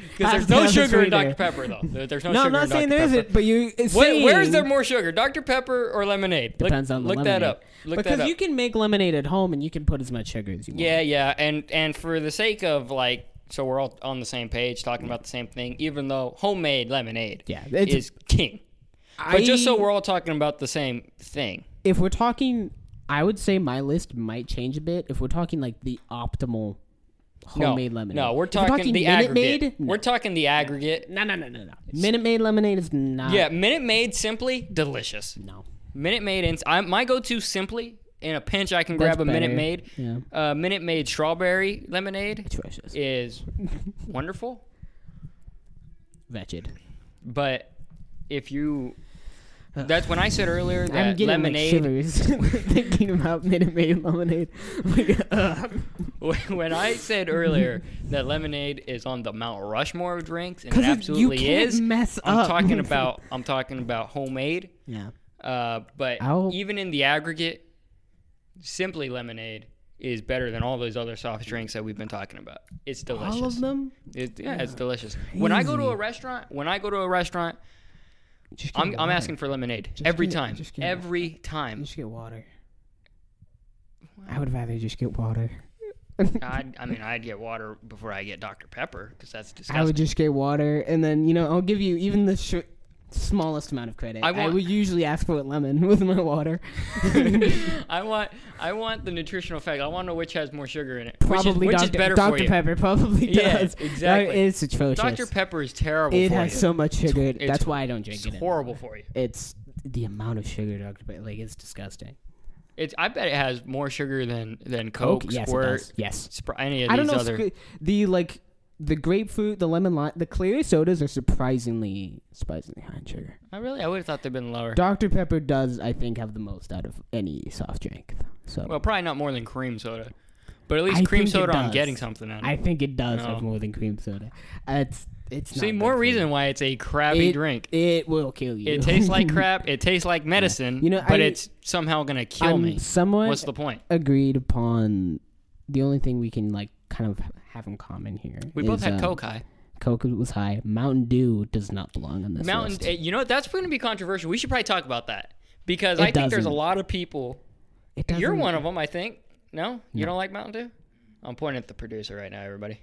B: Half
A: no
B: pound
A: sugar in Dr
B: sweeter.
A: Pepper though. There- There's no,
B: No,
A: sugar
B: I'm not
A: in Dr.
B: saying there
A: Pepper.
B: isn't, but you.
A: Wait,
B: saying,
A: where's there more sugar, Dr Pepper or lemonade? Look-
B: Depends on the
A: look
B: lemonade.
A: that up. Look
B: because
A: that up.
B: you can make lemonade at home and you can put as much sugar as you want.
A: Yeah, yeah, and and for the sake of like, so we're all on the same page, talking about the same thing, even though homemade lemonade
B: Yeah, it's-
A: is king.
B: I,
A: But just so we're all talking about the same thing,
B: if we're talking, I would say my list might change a bit. If we're talking like the optimal homemade
A: no,
B: lemonade,
A: No, we're
B: If we're
A: talking, the
B: Minute
A: aggregate.
B: Maid,
A: We're talking the aggregate.
B: no, no, no, no, no. Minute Maid lemonade is not.
A: Yeah, Minute Maid simply delicious.
B: no.
A: Minute Maid and I, my go-to simply in a pinch, I can
B: That's
A: grab a Minute
B: better.
A: Maid.
B: Yeah.
A: Uh, Minute Maid strawberry lemonade
B: Atrocious. [laughs]
A: is wonderful,
B: Wretched.
A: but if you that's when I said earlier that
B: Uh, I'm getting
A: lemonade
B: like shivers [laughs] thinking about Minute Maid lemonade. [laughs] Like, ugh.
A: [laughs] when I said earlier that lemonade is on the Mount Rushmore of drinks, and
B: 'Cause
A: it
B: it- you
A: absolutely
B: can't
A: is.
B: mess
A: I'm
B: up. [laughs]
A: talking about I'm talking about homemade,
B: yeah.
A: uh, but
B: I'll-
A: even in the aggregate, simply lemonade is better than all those other soft drinks that we've been talking about. It's delicious.
B: All of them.
A: It, yeah, it's delicious. When I go to a
B: Crazy.
A: restaurant, when I go to a restaurant,
B: Just get
A: I'm, I'm
B: water.
A: asking for lemonade every
B: get-
A: time.
B: just get-
A: Every time.
B: Just get water. I would rather just get water.
A: I'd, I mean, I'd get water before I get Dr Pepper because that's disgusting.
B: I would just get water, and then you know I'll give you even the sh- smallest amount of credit.
A: I
B: I,
A: want-
B: would usually ask for a lemon [laughs] with my water.
A: [laughs]
B: [laughs]
A: I want I want the nutritional fact. I want to know which has more sugar in it.
B: probably
A: which is, which is
B: Dr.
A: better
B: Dr.
A: for you.
B: Pepper probably does.
A: Yeah,
B: That
A: exactly.
B: is atrocious.
A: Dr. Pepper is terrible
B: it
A: for
B: has
A: you.
B: so much sugar.
A: it's-
B: That's why I don't drink
A: it's
B: it. anymore.
A: horrible for you.
B: It's the amount of sugar Dr. Pepper. Like it's disgusting.
A: It's I bet it has more sugar than than Coke,
B: Coke? Yes, it
A: Squirt,
B: does. Yes.
A: Spri- any of these
B: I don't know.
A: other.
B: squi- the like the grapefruit, the lemon, lime, the clear sodas are surprisingly surprisingly high in sugar.
A: I really I would have thought they'd been lower.
B: Dr. Pepper does, I think, have the most out of any soft drink. So
A: well, probably not more than cream soda, but at least
B: I
A: cream
B: think it
A: soda I'm
B: does.
A: getting something out. of.
B: I think it does have
A: No.
B: more than cream soda. Uh, it's it's
A: See,
B: not
A: more
B: good for you.
A: reason why it's a crappy
B: It- [laughs]
A: drink.
B: It will kill you.
A: It tastes like crap. It tastes like medicine.
B: You know,
A: but
B: I-
A: it's somehow gonna kill
B: [laughs] I'm
A: me.
B: somewhat
A: What's the point?
B: agreed upon. The only thing we can like kind of have in common here.
A: We both
B: is,
A: had
B: um,
A: Coke High.
B: Coke was high. Mountain Dew does not belong on this
A: Mountain.
B: list.
A: eh, You know what? that's going to be controversial. We should probably talk about that because I
B: It
A: think there's a
B: doesn't.
A: lot of people.
B: It doesn't-
A: You're one of them, I think. No, you don't like Mountain Dew. I'm pointing at the producer right now, everybody.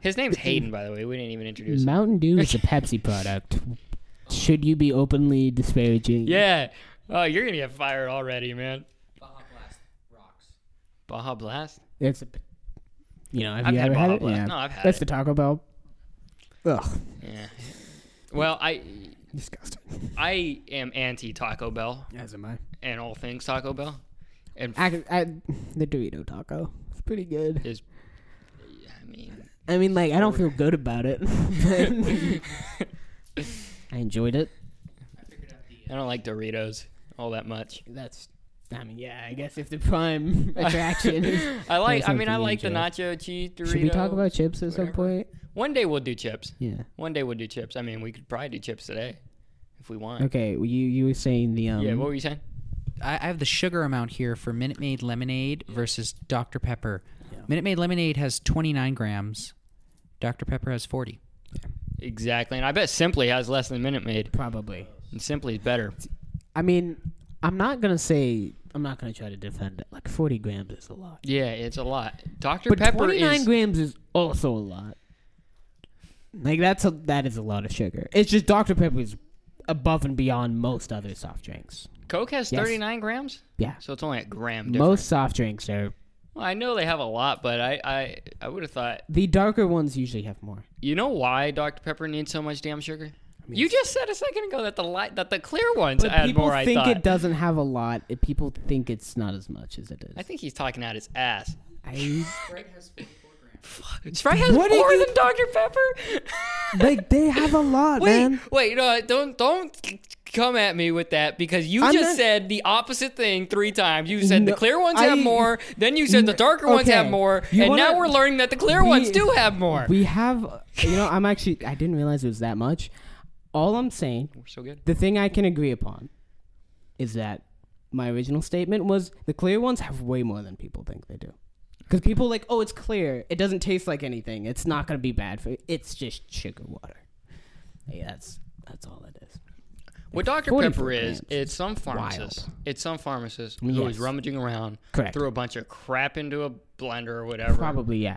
A: His name's Hayden, by the way. We didn't even introduce him.
B: Mountain Dew
A: [laughs]
B: is a Pepsi product. Should you be openly disparaging?
A: Yeah. Oh, you're gonna get fired already, man. Baja Blast.
B: It's a. You know, have
A: I've
B: you
A: had
B: ever
A: Baja
B: had it?
A: Blast.
B: Yeah.
A: No, I've had
B: That's
A: it.
B: the Taco Bell. Ugh,
A: Yeah. Well, I
B: disgusting.
A: I am anti Taco Bell
B: As am I.
A: and all things Taco Bell, and
B: I, [sighs] the Dorito taco. It's pretty good.
A: is I mean
B: I mean, like, I don't feel good
A: [laughs]
B: about it. I enjoyed it.
A: I don't like Doritos all that much.
B: That's, I mean, yeah, I guess if the prime
A: [laughs]
B: attraction is.
A: I like. I
B: something
A: mean, I
B: you
A: like the
B: enjoy.
A: nacho cheese Dorito.
B: Should we talk about chips at some
A: whatever.
B: point?
A: One day we'll do chips.
B: Yeah.
A: One day we'll do chips. I mean, we could probably do chips today if we want.
B: Okay, well, you you were saying the um.
A: Yeah. What were you saying?
C: I, I have the sugar amount here for Minute Maid lemonade versus Dr Pepper. Minute Maid lemonade has 29 grams. Dr Pepper has 40.
A: Exactly. And I bet Simply has less than Minute Maid.
B: probably.
A: And Simply's better.
B: I mean, I'm not gonna say I'm not gonna try to defend it. Like 40 grams is a lot,
A: Yeah, it's a lot. Dr
B: but
A: Pepper
B: 29
A: is.
B: grams is also a lot. Like that's a that is a lot of sugar. It's just Dr Pepper is above and beyond most other soft drinks.
A: Coke has
B: Yes.
A: 39 grams.
B: Yeah,
A: So it's only a gram difference.
B: most soft drinks are
A: Well, I know they have a lot, but I I, I would have thought.
B: the darker ones usually have more.
A: You know why Dr Pepper needs so much damn sugar? you just said a second ago that the light that the clear ones
B: But
A: add
B: people
A: more. I
B: think
A: thought.
B: it doesn't have a lot. It, people think it's not as much as it is.
A: I think he's talking out his ass.
B: I,
A: Sprite has
B: What do
A: more
B: you-
A: than Dr Pepper.
B: like they have a
A: [laughs]
B: lot,
A: wait,
B: man.
A: wait, no, don't don't come at me with that because you
B: I'm
A: just
B: not-
A: said the opposite thing three times. You said the
B: No,
A: clear ones have
B: I-
A: more, then you said the darker ones have
B: okay.
A: more,
B: You
A: and
B: wanna-
A: now we're learning that the clear
B: We-
A: ones do have more.
B: We have, you know, I'm actually, I didn't realize it was that much. All I'm saying,
A: we're so good.
B: the thing I can agree upon is that my original statement was the clear ones have way more than people think they do. Because people like, oh, it's clear. It doesn't taste like anything. It's not going to be bad for you. It's just sugar water. Yeah, that's that's all it is.
A: What Dr.
B: 44
A: Pepper is,
B: grams.
A: it's some pharmacist. It's some pharmacist who
B: Yes.
A: was rummaging around,
B: Correct.
A: threw a bunch of crap into a blender or whatever,
B: Probably, yeah.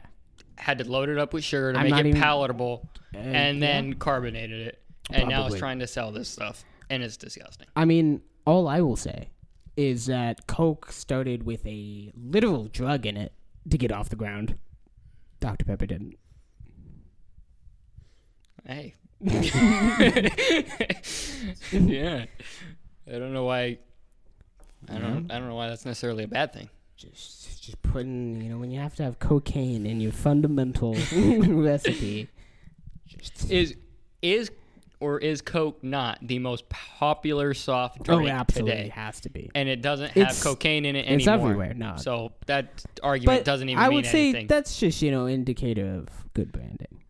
A: had to load it up with sugar to
B: I'm
A: make
B: not
A: it
B: even- Uh,
A: palatable, and
B: yeah.
A: then carbonated it. And now it's
B: Probably.
A: trying to sell this stuff, and it's disgusting.
B: I mean, all I will say is that Coke started with a literal drug in it to get off the ground. Dr. Pepper didn't. [laughs]
A: Hey. [laughs] yeah. I don't know why. I don't. I don't know why that's necessarily a bad thing.
B: Just, just putting, you know, when you have to have cocaine in your fundamental recipe. Just,
A: Is is or is Coke not the most popular soft
B: oh,
A: drink
B: it absolutely
A: today?
B: has to be.
A: And it doesn't have
B: It's-
A: cocaine in it anymore.
B: it's everywhere, no.
A: So that argument doesn't even
B: I
A: mean
B: would say
A: anything.
B: that's just, you know, indicator of good branding.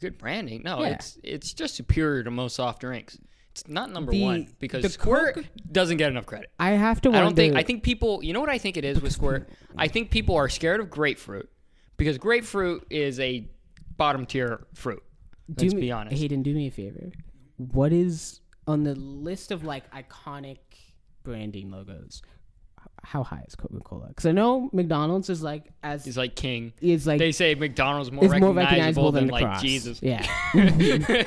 A: Good branding. No,
B: Yeah.
A: it's it's just superior to most soft drinks. It's not number
B: The-
A: one because
B: the
A: Squirt
B: Coke-
A: doesn't get enough credit.
B: I have to
A: I
B: wonder.
A: don't think. I think people. You know what I think it is with
B: [laughs]
A: squirt. I think people are scared of grapefruit because grapefruit is a bottom tier fruit.
B: do
A: Let's
B: me,
A: be honest.
B: Hayden, do me a favor. What is on the list of like iconic branding logos? h- How high is Coca Cola? Because I know McDonald's is like as
A: He's like king.
B: is like
A: They say McDonald's more
B: is
A: recognizable,
B: more recognizable
A: than,
B: the
A: like [laughs]
B: cross.
A: Jesus.
B: Yeah,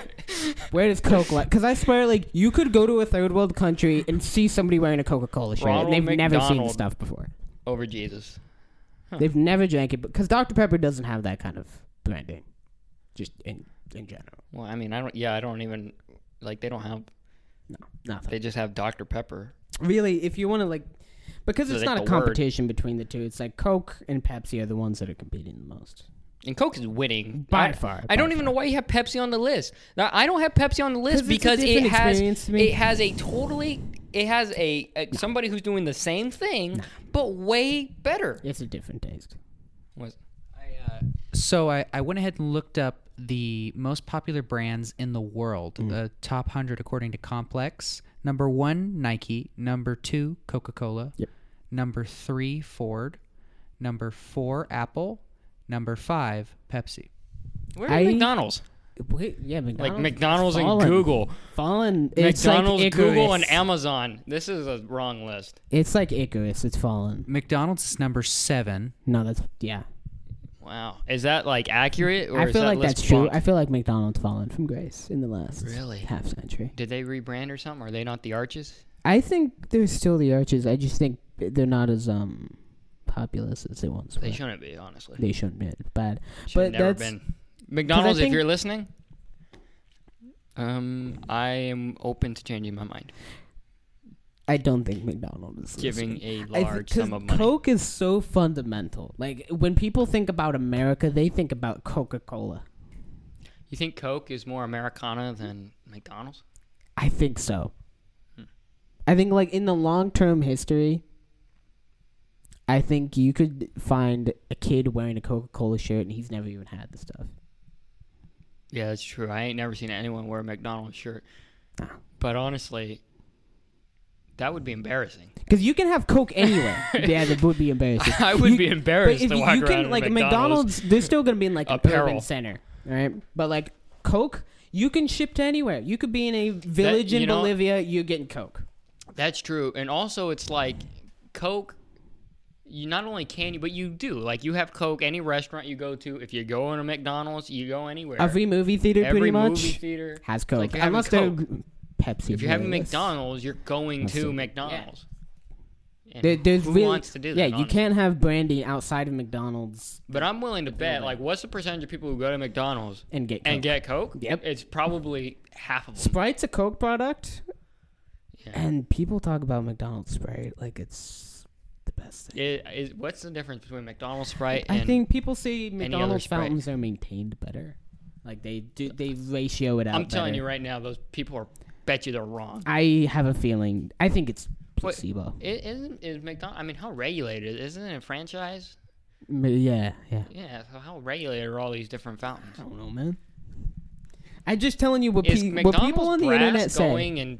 B: Where does Coke like? Because I swear, like you could go to a third world country and see somebody wearing a Coca Cola shirt, and
A: Ronald
B: they've never seen
A: McDonald.
B: the stuff before.
A: over Jesus.
B: They've never drank it because Dr Pepper doesn't have that kind of branding, just in in general.
A: Well, I mean, I don't. Yeah, I don't even like. They don't have.
B: No, nothing.
A: They just have Dr Pepper.
B: really if you want to like because
A: So
B: it's
A: they
B: not a
A: have the word.
B: competition between the two it's like coke and pepsi are the ones that are competing the most
A: And Coke is winning
B: By
A: I,
B: far,
A: I don't
B: by
A: even
B: far.
A: know why you have Pepsi on the list. Now, I don't have Pepsi on the list
B: 'Cause it's a
A: because it
B: different
A: has
B: experience to me.
A: it has a totally it has a, a somebody who's doing the same thing but way better.
B: it's a different taste
A: Was-
C: I, uh, so I, I went ahead and looked up the most popular brands in the world, the top 100 according to Complex. Number one, Nike. Number two, Coca Cola.
B: Yep.
C: Number three, Ford. Number four, Apple. Number five, Pepsi.
A: Where are
B: I-
A: McDonald's?
B: Wait, yeah mcdonald's
A: Like McDonald's and
B: fallen-
A: Google.
B: fallen it's
A: McDonald's,
B: like Icarus.
A: Google, and Amazon. This is a wrong list.
B: it's like icarus it's fallen
C: McDonald's is number seven.
B: no that's yeah
A: Wow, is that like accurate? Or
B: i
A: is
B: feel
A: that
B: like
A: list
B: that's true
A: bunk?
B: i feel like mcdonald's fallen from grace in the last
A: Really?
B: half century
A: Did they rebrand or something? Are they not the Arches?
B: i think there's still the arches i just think they're not as um populous as they once were
A: They shouldn't be, honestly.
B: they shouldn't be it's bad
A: Should
B: but
A: have never
B: that's
A: been. McDonald's,
B: think-
A: if you're listening, um, I am open to changing my mind.
B: I don't think McDonald's is
A: Giving
B: listening.
A: a
B: I thi-
A: large
B: 'cause
A: sum of money.
B: Coke is so fundamental. Like when people think about America, they think about Coca Cola.
A: You think Coke is more Americana than McDonald's?
B: I think so.
A: Hmm.
B: I think like in the long term history, I think you could find a kid wearing a Coca Cola shirt and he's never even had the stuff.
A: Yeah, that's true. I ain't never seen anyone wear a McDonald's shirt.
B: No.
A: But honestly, that would be embarrassing.
B: Because you can have Coke
A: [laughs]
B: anywhere. yeah, that would be embarrassing.
A: I would
B: You-
A: be embarrassed
B: But if
A: to
B: you,
A: walk
B: you
A: around
B: can
A: in
B: like
A: McDonald's.
B: McDonald's, they're still gonna be in like an urban
A: Apparel.
B: center, right? But like Coke, you can ship to anywhere. You could be in a village
A: you
B: in
A: know-
B: Bolivia, you're getting Coke.
A: That's true. And also, it's like Coke. You not only can you, but you do. Like you have Coke any restaurant you go to. If you go in a McDonald's, you go anywhere.
B: Every movie theater,
A: Every
B: pretty much,
A: movie theater
B: has
A: it's
B: Coke.
A: Like you're having
B: Unless
A: Coke.
B: they're Pepsi.
A: if you're having
B: flavors.
A: McDonald's, you're going
B: see.
A: to McDonald's. And
B: There- there's
A: who
B: really-
A: wants to do that?
B: Yeah, you
A: honestly?
B: can't have brandy outside of McDonald's
A: But I'm willing to bet. Like, what's the percentage of people who go to McDonald's
B: and get Coke.
A: and get Coke?
B: Yep.
A: It's probably half of them.
B: Sprite's a Coke product,
A: Yeah.
B: and people talk about McDonald's Sprite like it's the best thing.
A: It- is- what's the difference between McDonald's Sprite and
B: I think people say
A: other
B: McDonald's
A: Sprite.
B: fountains are maintained better. Like they do, they ratio it out.
A: I'm telling
B: better.
A: you right now, those people are bet you they're wrong.
B: I have a feeling. I think it's
A: What-
B: placebo.
A: It isn't is McDonald. I mean, how regulated isn't it a franchise?
B: M- Yeah, yeah.
A: Yeah, so how regulated are all these different fountains?
B: I don't know, man. I'm just telling you what,
A: Is
B: pe- what
A: McDonald's
B: people on the
A: brass
B: internet say.
A: going and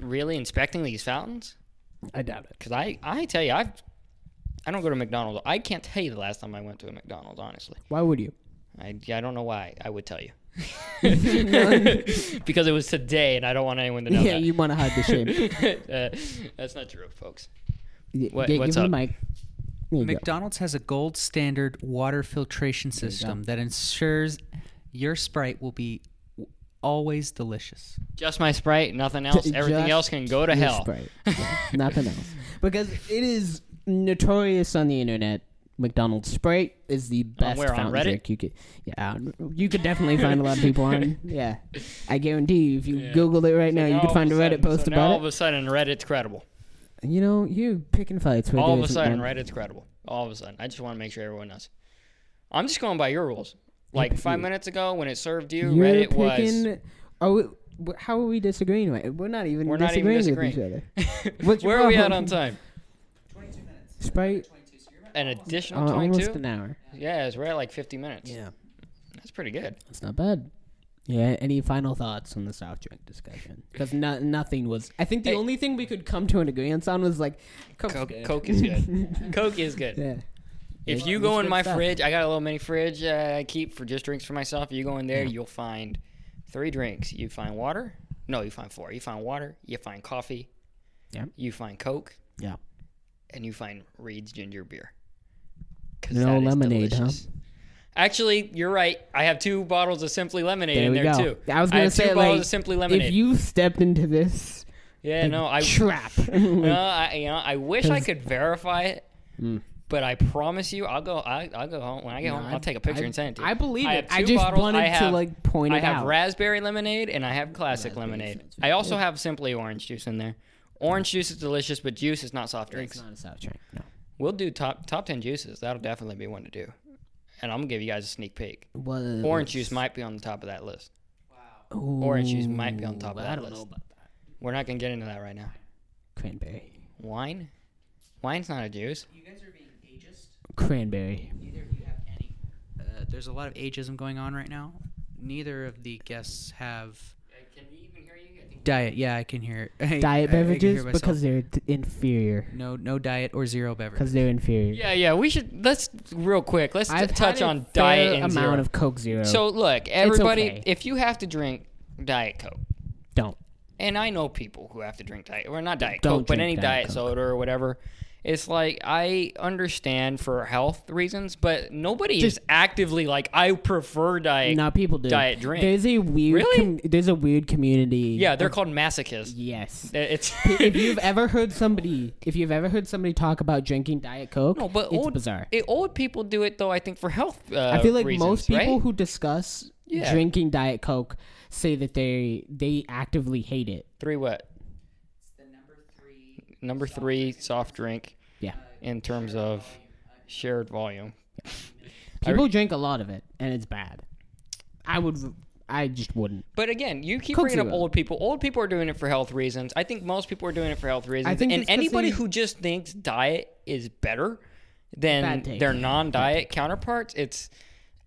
A: really inspecting these fountains?
B: I doubt it.
A: Because I, I tell you, I've, I don't go to McDonald's. I can't tell you the last time I went to a McDonald's. Honestly,
B: Why would you?
A: I, I don't know why. I would tell you. [laughs] because it was today, and I don't want anyone to know
B: [laughs] yeah,
A: that.
B: you want to hide
A: [laughs]
B: the shame.
A: uh, that's not true, folks.
B: Y-
A: What-
B: yeah,
A: what's
B: give him the
A: up?
B: mic. There you go.
C: McDonald's has a gold standard water filtration system that ensures your Sprite will be w- always delicious.
A: Just my Sprite, nothing else.
B: Ju-
A: Everything
B: [laughs] just
A: else can go to
B: your
A: hell.
B: Sprite. Yeah,
A: [laughs]
B: nothing else. Because it is notorious on the internet. McDonald's Sprite is the best
A: where, on
B: fountain
A: Reddit?
B: drink you could. Yeah, on- you
A: [laughs]
B: could definitely find a lot of people on. Yeah, I guarantee you, if you Google it right now, you
A: Now
B: could
A: all of
B: find a
A: a
B: Reddit
A: sudden-
B: post
A: so now All
B: about
A: of a sudden, Reddit's credible.
B: it. You know, you're picking fights. Where
A: All
B: there
A: of a
B: isn't
A: sudden,
B: one.
A: Reddit's credible. All of a sudden, I just want to make sure everyone knows. I'm just going by your rules. Like
B: but
A: five
B: you-
A: minutes ago, when it served you,
B: You're
A: Reddit
B: picking. Are we, wh- how are we disagreeing? Right? We're not even
A: We're not even
B: disagreeing
A: disagreeing.
B: with each other.
A: was. [laughs]
B: What's your
A: Where are we at
B: problem?
A: on time?
B: Sprite,
A: An
B: uh,
A: additional
B: almost
A: 22.
B: an hour.
A: Yeah, it's right at like 50 minutes. That's pretty good.
B: That's not bad. Yeah. Any final thoughts on the soft drink discussion? Because no, nothing was. I think the
A: Hey.
B: only thing we could come to an agreement on was like Coke's
A: Coke,
B: good.
A: Coke is good. Coke is good.
B: [laughs] Yeah.
A: If
B: It's-
A: you
B: it's
A: go in
B: good
A: my
B: stuff.
A: fridge, I got a little mini fridge uh, I keep for just drinks for myself. You go in there, you'll find three drinks. You find water. No, you find four. You find water. You find coffee.
B: Yeah.
A: You find Coke,
B: Yeah.
A: and you find Reed's ginger beer. 'Cause
B: No
A: that is
B: lemonade, huh?
A: delicious. Actually, you're right. I have two bottles of Simply Lemonade
B: There
A: in
B: we
A: there
B: go.
A: too.
B: I was
A: I
B: gonna
A: have
B: say
A: two bottles
B: like,
A: of Simply Lemonade.
B: if you stepped into this
A: yeah, no, I [laughs]
B: trap, [laughs]
A: No, I, you know, I wish I could verify it, but I promise you, I'll go. I, I'll go home when I get home. I'll take a picture
B: Hmm. I-
A: and send it to you.
B: I believe
A: have
B: it. I
A: two
B: just
A: bottles.
B: wanted
A: I
B: to,
A: have-
B: like, point
A: I
B: it
A: have
B: out.
A: raspberry lemonade and I have classic
B: Raspberry
A: lemonade.
B: sounds
A: I also have simply orange juice in there. Orange juice is delicious, but juice is not soft drinks.
B: it's not a soft drink. No.
A: We'll do top top ten juices. That'll definitely be one to do, and I'm gonna give you guys a sneak peek.
B: Well,
A: Orange juice might be on the top of that list. Orange juice might be on top of that
B: I don't
A: list.
B: know about that.
A: We're not gonna get into that right now.
B: Cranberry.
A: Wine, wine's not a juice.
C: You guys are being ageist.
B: Cranberry.
C: Neither of you have any. Uh, there's a lot of ageism going on right now. Neither of the guests have
A: Can we even hear you?
C: diet. Yeah, I can hear it. [laughs]
B: Diet
C: I- I can hear
B: beverages
C: myself.
B: because they're d- inferior.
C: no, no diet or zero beverage.
B: Because they're inferior.
A: Yeah, yeah. We should let's real quick. Let's
B: I've
A: t- touch
B: had a
A: on
B: fair
A: diet and
B: amount
A: zero.
B: of Coke Zero.
A: so look, everybody,
B: okay.
A: if you have to drink diet coke,
B: don't.
A: and I know people who have to drink diet, or not diet
B: Don't
A: coke, but
B: drink
A: any
B: Diet
A: diet
B: Coke.
A: soda or whatever. It's like I understand for health reasons, but nobody is actively like I prefer diet.
B: No, people do.
A: diet drink.
B: There's a weird.
A: Really?
B: com- there's a weird community.
A: yeah, they're
B: of-
A: called masochists. [laughs]
B: yes.
A: It's
B: [laughs] if you've ever heard somebody, if you've ever heard somebody talk about drinking Diet Coke,
A: no, but
B: it's
A: old,
B: bizarre.
A: it- old people do it though. I think for health. Uh,
B: I feel like
A: reasons,
B: most people
A: right?
B: who discuss
A: Yeah.
B: drinking Diet Coke say that they they actively hate it.
A: three what
C: The number three.
A: number three soft drink
B: Yeah,
A: in terms of shared volume.
B: people drink a lot of it, and it's bad. I would, I just wouldn't.
A: But again, you keep
B: Coke
A: bringing up
B: Zero.
A: old people. Old people are doing it for health reasons. I think most people are doing it for health reasons.
B: think
A: and
B: it's 'cause
A: anybody
B: they-
A: who just thinks diet is better than
B: Bad take.
A: their non-diet counterparts, it's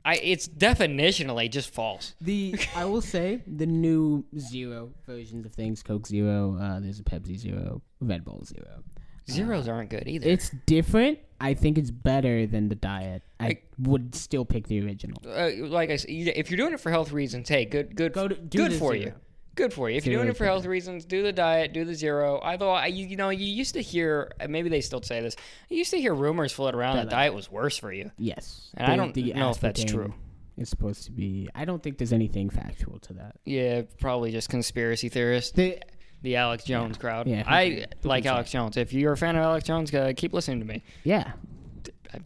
A: I it's definitionally just false.
B: The [laughs] I will say the new zero versions of things, Coke Zero, uh, there's a Pepsi Zero, Red Bull Zero.
A: Zeros aren't good either.
B: It's different. I think it's better than the diet. I
A: Like-
B: would still pick the original.
A: uh, like I said, you- if you're doing it for health reasons, hey, good, good,
B: Go to- do
A: good
B: the
A: for
B: zero.
A: you. Good for you. If you're doing
B: Zero
A: it for health reasons, do the diet, do the zero. Although I, you, you know, you used to hear, and maybe they still say this. You used to hear rumors float around that
B: Diet.
A: diet was worse for you.
B: Yes,
A: And I don't know if that's
B: aspartame
A: true.
B: Is supposed to be. I don't think there's anything factual to that.
A: Yeah, probably just conspiracy theorists.
B: The
A: The Alex Jones crowd.
B: Yeah, who
A: I
B: can- who
A: like
B: can say?
A: Alex Jones. If you're a fan of Alex Jones, uh, keep listening to me.
B: yeah,
A: I-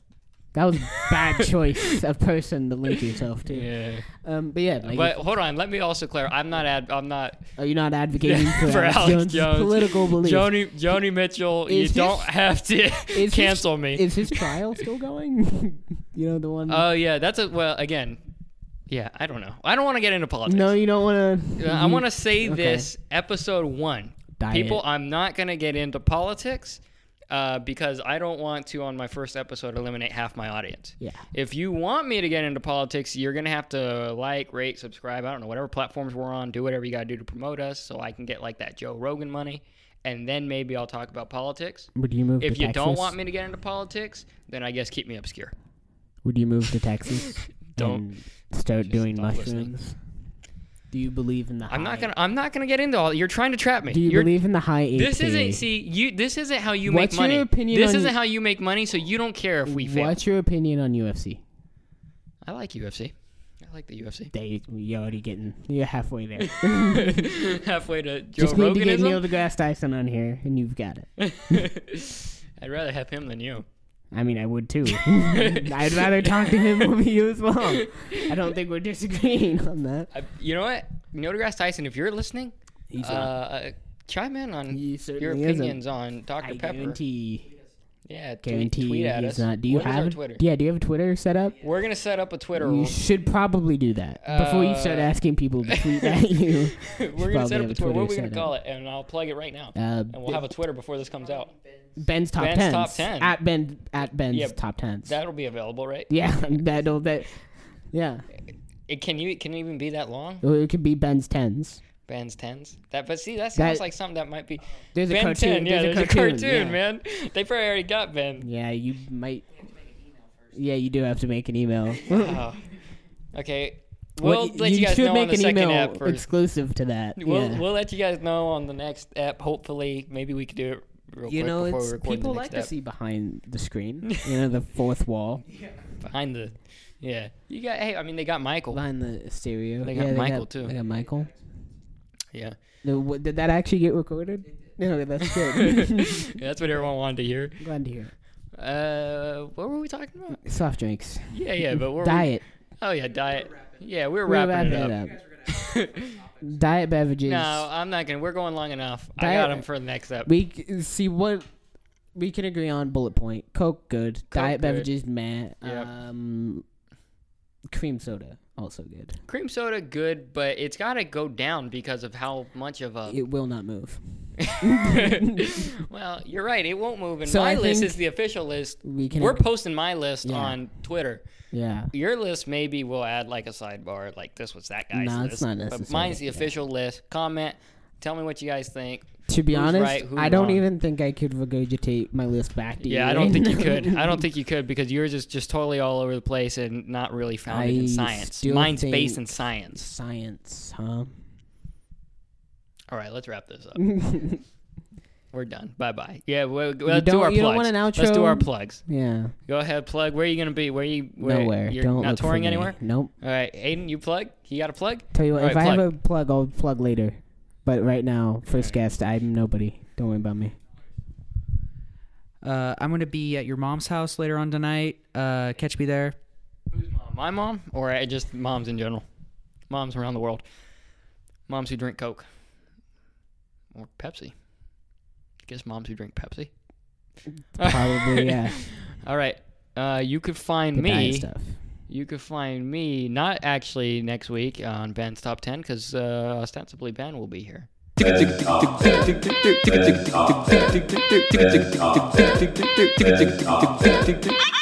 B: that was bad choice of person to link yourself to.
A: Yeah.
B: Um, but yeah, like,
A: But hold on, let me also clarify. I'm not. Ad, I'm not
B: are you
A: [laughs]
B: not advocating for, Alex Jones' political beliefs?
A: Joni, Joni Mitchell, you
B: Is his-
A: don't have
B: [laughs]
A: to
B: his-
A: cancel me.
B: Is his trial still going? [laughs] you know the one.
A: Oh yeah, that's a well again. Yeah, I don't know. I don't want to get into politics.
B: no, you don't want
A: Uh,
B: to.
A: I want to say
B: okay.
A: this episode one.
B: Diet.
A: People, I'm not going to get into politics uh, because I don't want to, on my first episode, eliminate half my audience.
B: Yeah.
A: If you want me to get into politics, you're going to have to like, rate, subscribe. I don't know, whatever platforms we're on, do whatever you got to do to promote us so I can get like that Joe Rogan money. And then maybe I'll talk about politics.
B: Would you move
A: If
B: to
A: you
B: Texas?
A: don't want me to get into politics, then I guess keep me obscure.
B: Would you move to Texas?
A: [laughs] Don't.
B: and start doing
A: stop
B: mushrooms.
A: listening.
B: Do you believe in the? High?
A: I'm not gonna. I'm not gonna get into all. You're trying to trap me.
B: Do you
A: You're-
B: believe in the high eight?
A: This
B: theory?
A: isn't see you. This isn't how you
B: What's
A: make money.
B: your opinion
A: this
B: on-
A: isn't how you make money, so you don't care if we fail.
B: What's your opinion on UFC?
A: I like UFC. I like the
B: [laughs]
A: UFC.
B: They, you're already getting, you're halfway [laughs] there.
A: [laughs] Halfway to Joe
B: Just need to get Neil
A: Roganism.
B: deGrasse Tyson on here, and you've got it.
A: [laughs] I'd rather have him than you.
B: I mean, I would
A: [laughs]
B: too. [laughs] I'd rather talk to him over you as well. I don't think we're disagreeing [laughs] on that.
A: I, you know what, Neil deGrasse Tyson, if you're listening,
B: He's
A: uh, uh, chime in on
B: He
A: your
B: certainly isn't.
A: opinions on Dr
B: I
A: Pepper.
B: guarantee,
A: yeah, tweet,
B: guarantee
A: tweet at
B: he's
A: us.
B: not. Do you
A: What is our
B: have?
A: Twitter?
B: Yeah, do you have a Twitter set up?
A: We're gonna set up a Twitter.
B: You should probably do that before you start
A: Uh,
B: asking people to
A: [laughs]
B: tweet at you.
A: [laughs] we're gonna
B: probably
A: set
B: have
A: up
B: a
A: a Twitter. What are we
B: Twitter
A: gonna
B: set
A: call it? And I'll plug it right now.
B: Uh,
A: and we'll have a Twitter before this comes out.
B: Ben's top
A: Ben's
B: tens.
A: top 10.
B: At Ben at Ben's
A: Yeah,
B: top tens.
A: That'll be available, right?
B: yeah, [laughs] that'll that. Yeah,
A: It, can you can it even be that long?
B: Or it could be Ben's tens.
A: Ben's tens. That but see that sounds
B: That-
A: like something that might be
B: There's a
A: Ben
B: cartoon.
A: ten. Yeah,
B: there's,
A: there's,
B: a cartoon, yeah.
A: man. They probably already got Ben.
B: Yeah, you might. Yeah, you do have to make an email. [laughs]
A: Oh. [laughs] Okay, we'll let you, guys
B: should
A: know
B: make
A: on the
B: an
A: second
B: email
A: app. First.
B: exclusive to that.
A: We'll
B: yeah.
A: we'll let you guys know on the next app. Hopefully, maybe we could do it real
B: you
A: quick
B: know,
A: before
B: it's
A: we record
B: people
A: the
B: like
A: next
B: to
A: step.
B: see behind
A: [laughs]
B: the screen, you know, the fourth wall,
A: behind the. Yeah, you got. Hey, I mean, they got Michael.
B: behind the stereo.
A: They
B: yeah,
A: got Michael,
B: got,
A: too.
B: They got Michael.
A: Yeah,
B: No, what, did that actually get recorded?
A: [laughs]
B: No, that's
A: Yeah,
B: good. [laughs]
A: that's what everyone wanted to hear.
B: Glad to hear.
A: Uh, what were we talking about?
B: it. Soft drinks,
A: Yeah, yeah, but we're
B: diet,
A: oh yeah, diet. Yeah, we're,
B: We're
A: wrapping
B: wrapping
A: it up. [laughs]
B: diet beverages.
A: no, I'm not gonna. We're going long enough. I
B: Diet-
A: got them for the next up.
B: We c- see what we can agree on. Bullet point: Coke, good. Diet
A: good.
B: beverages, meh.
A: Yep.
B: Um, cream soda, also good.
A: Cream soda, good, but it's got to go down because of how much of a.
B: It will not move. [laughs]
A: well, you're right. It won't move. And
B: So
A: my
B: I
A: list
B: think
A: is the official list.
B: We can.
A: We're posting my list
B: Yeah.
A: on Twitter.
B: yeah.
A: Your list maybe we'll add like a sidebar, like this was that guy's
B: No,
A: list.
B: it's not
A: But
B: necessary,
A: mine's the
B: yeah.
A: official list. Comment. Tell me what you guys think.
B: To be
A: Who's
B: honest,
A: right, who's
B: I don't
A: wrong?
B: even think I could regurgitate my list back to you.
A: Yeah, I don't think
B: [laughs]
A: you could. I don't think you could because yours is just totally all over the place and not really founded
B: I
A: in science.
B: still
A: Mine's
B: think-
A: based in science.
B: Science, huh? [laughs]
A: All right, let's wrap this up.
B: yeah.
A: We're done. Bye bye. Yeah, we'll, let's do
B: don't-
A: our
B: Mm. you don't
A: plugs.
B: want an
A: Let's do
B: outro?
A: our plugs. Go ahead, plug. Where are you gonna be? Where you? Where,
B: Nowhere.
A: You're
B: don't
A: not
B: look for
A: touring
B: me.
A: anywhere.
B: Nope.
A: All right, Aiden, you plug. You got a plug?
B: Tell you what,
A: All
B: if
A: right,
B: I have a plug, I'll plug later. But right now, first guest, I'm nobody. Don't worry about me.
C: Uh, I'm going to be at your mom's house later on tonight. Uh, catch me there.
A: Who's mom? My mom, or uh, just moms in general? Moms around the world. Moms who drink Coke or Pepsi. I guess moms who drink Pepsi.
B: Probably, yeah.
A: [laughs] All right. Uh, you could find
B: The diet
A: me.
B: stuff.
A: You could find me not actually next week on Ben's top ten because uh, ostensibly Ben will be here.
D: Tick tick tick tick tick tick tick tick tick tick tick tick tick tick tick tick tick tick tick tick tick tick tick tick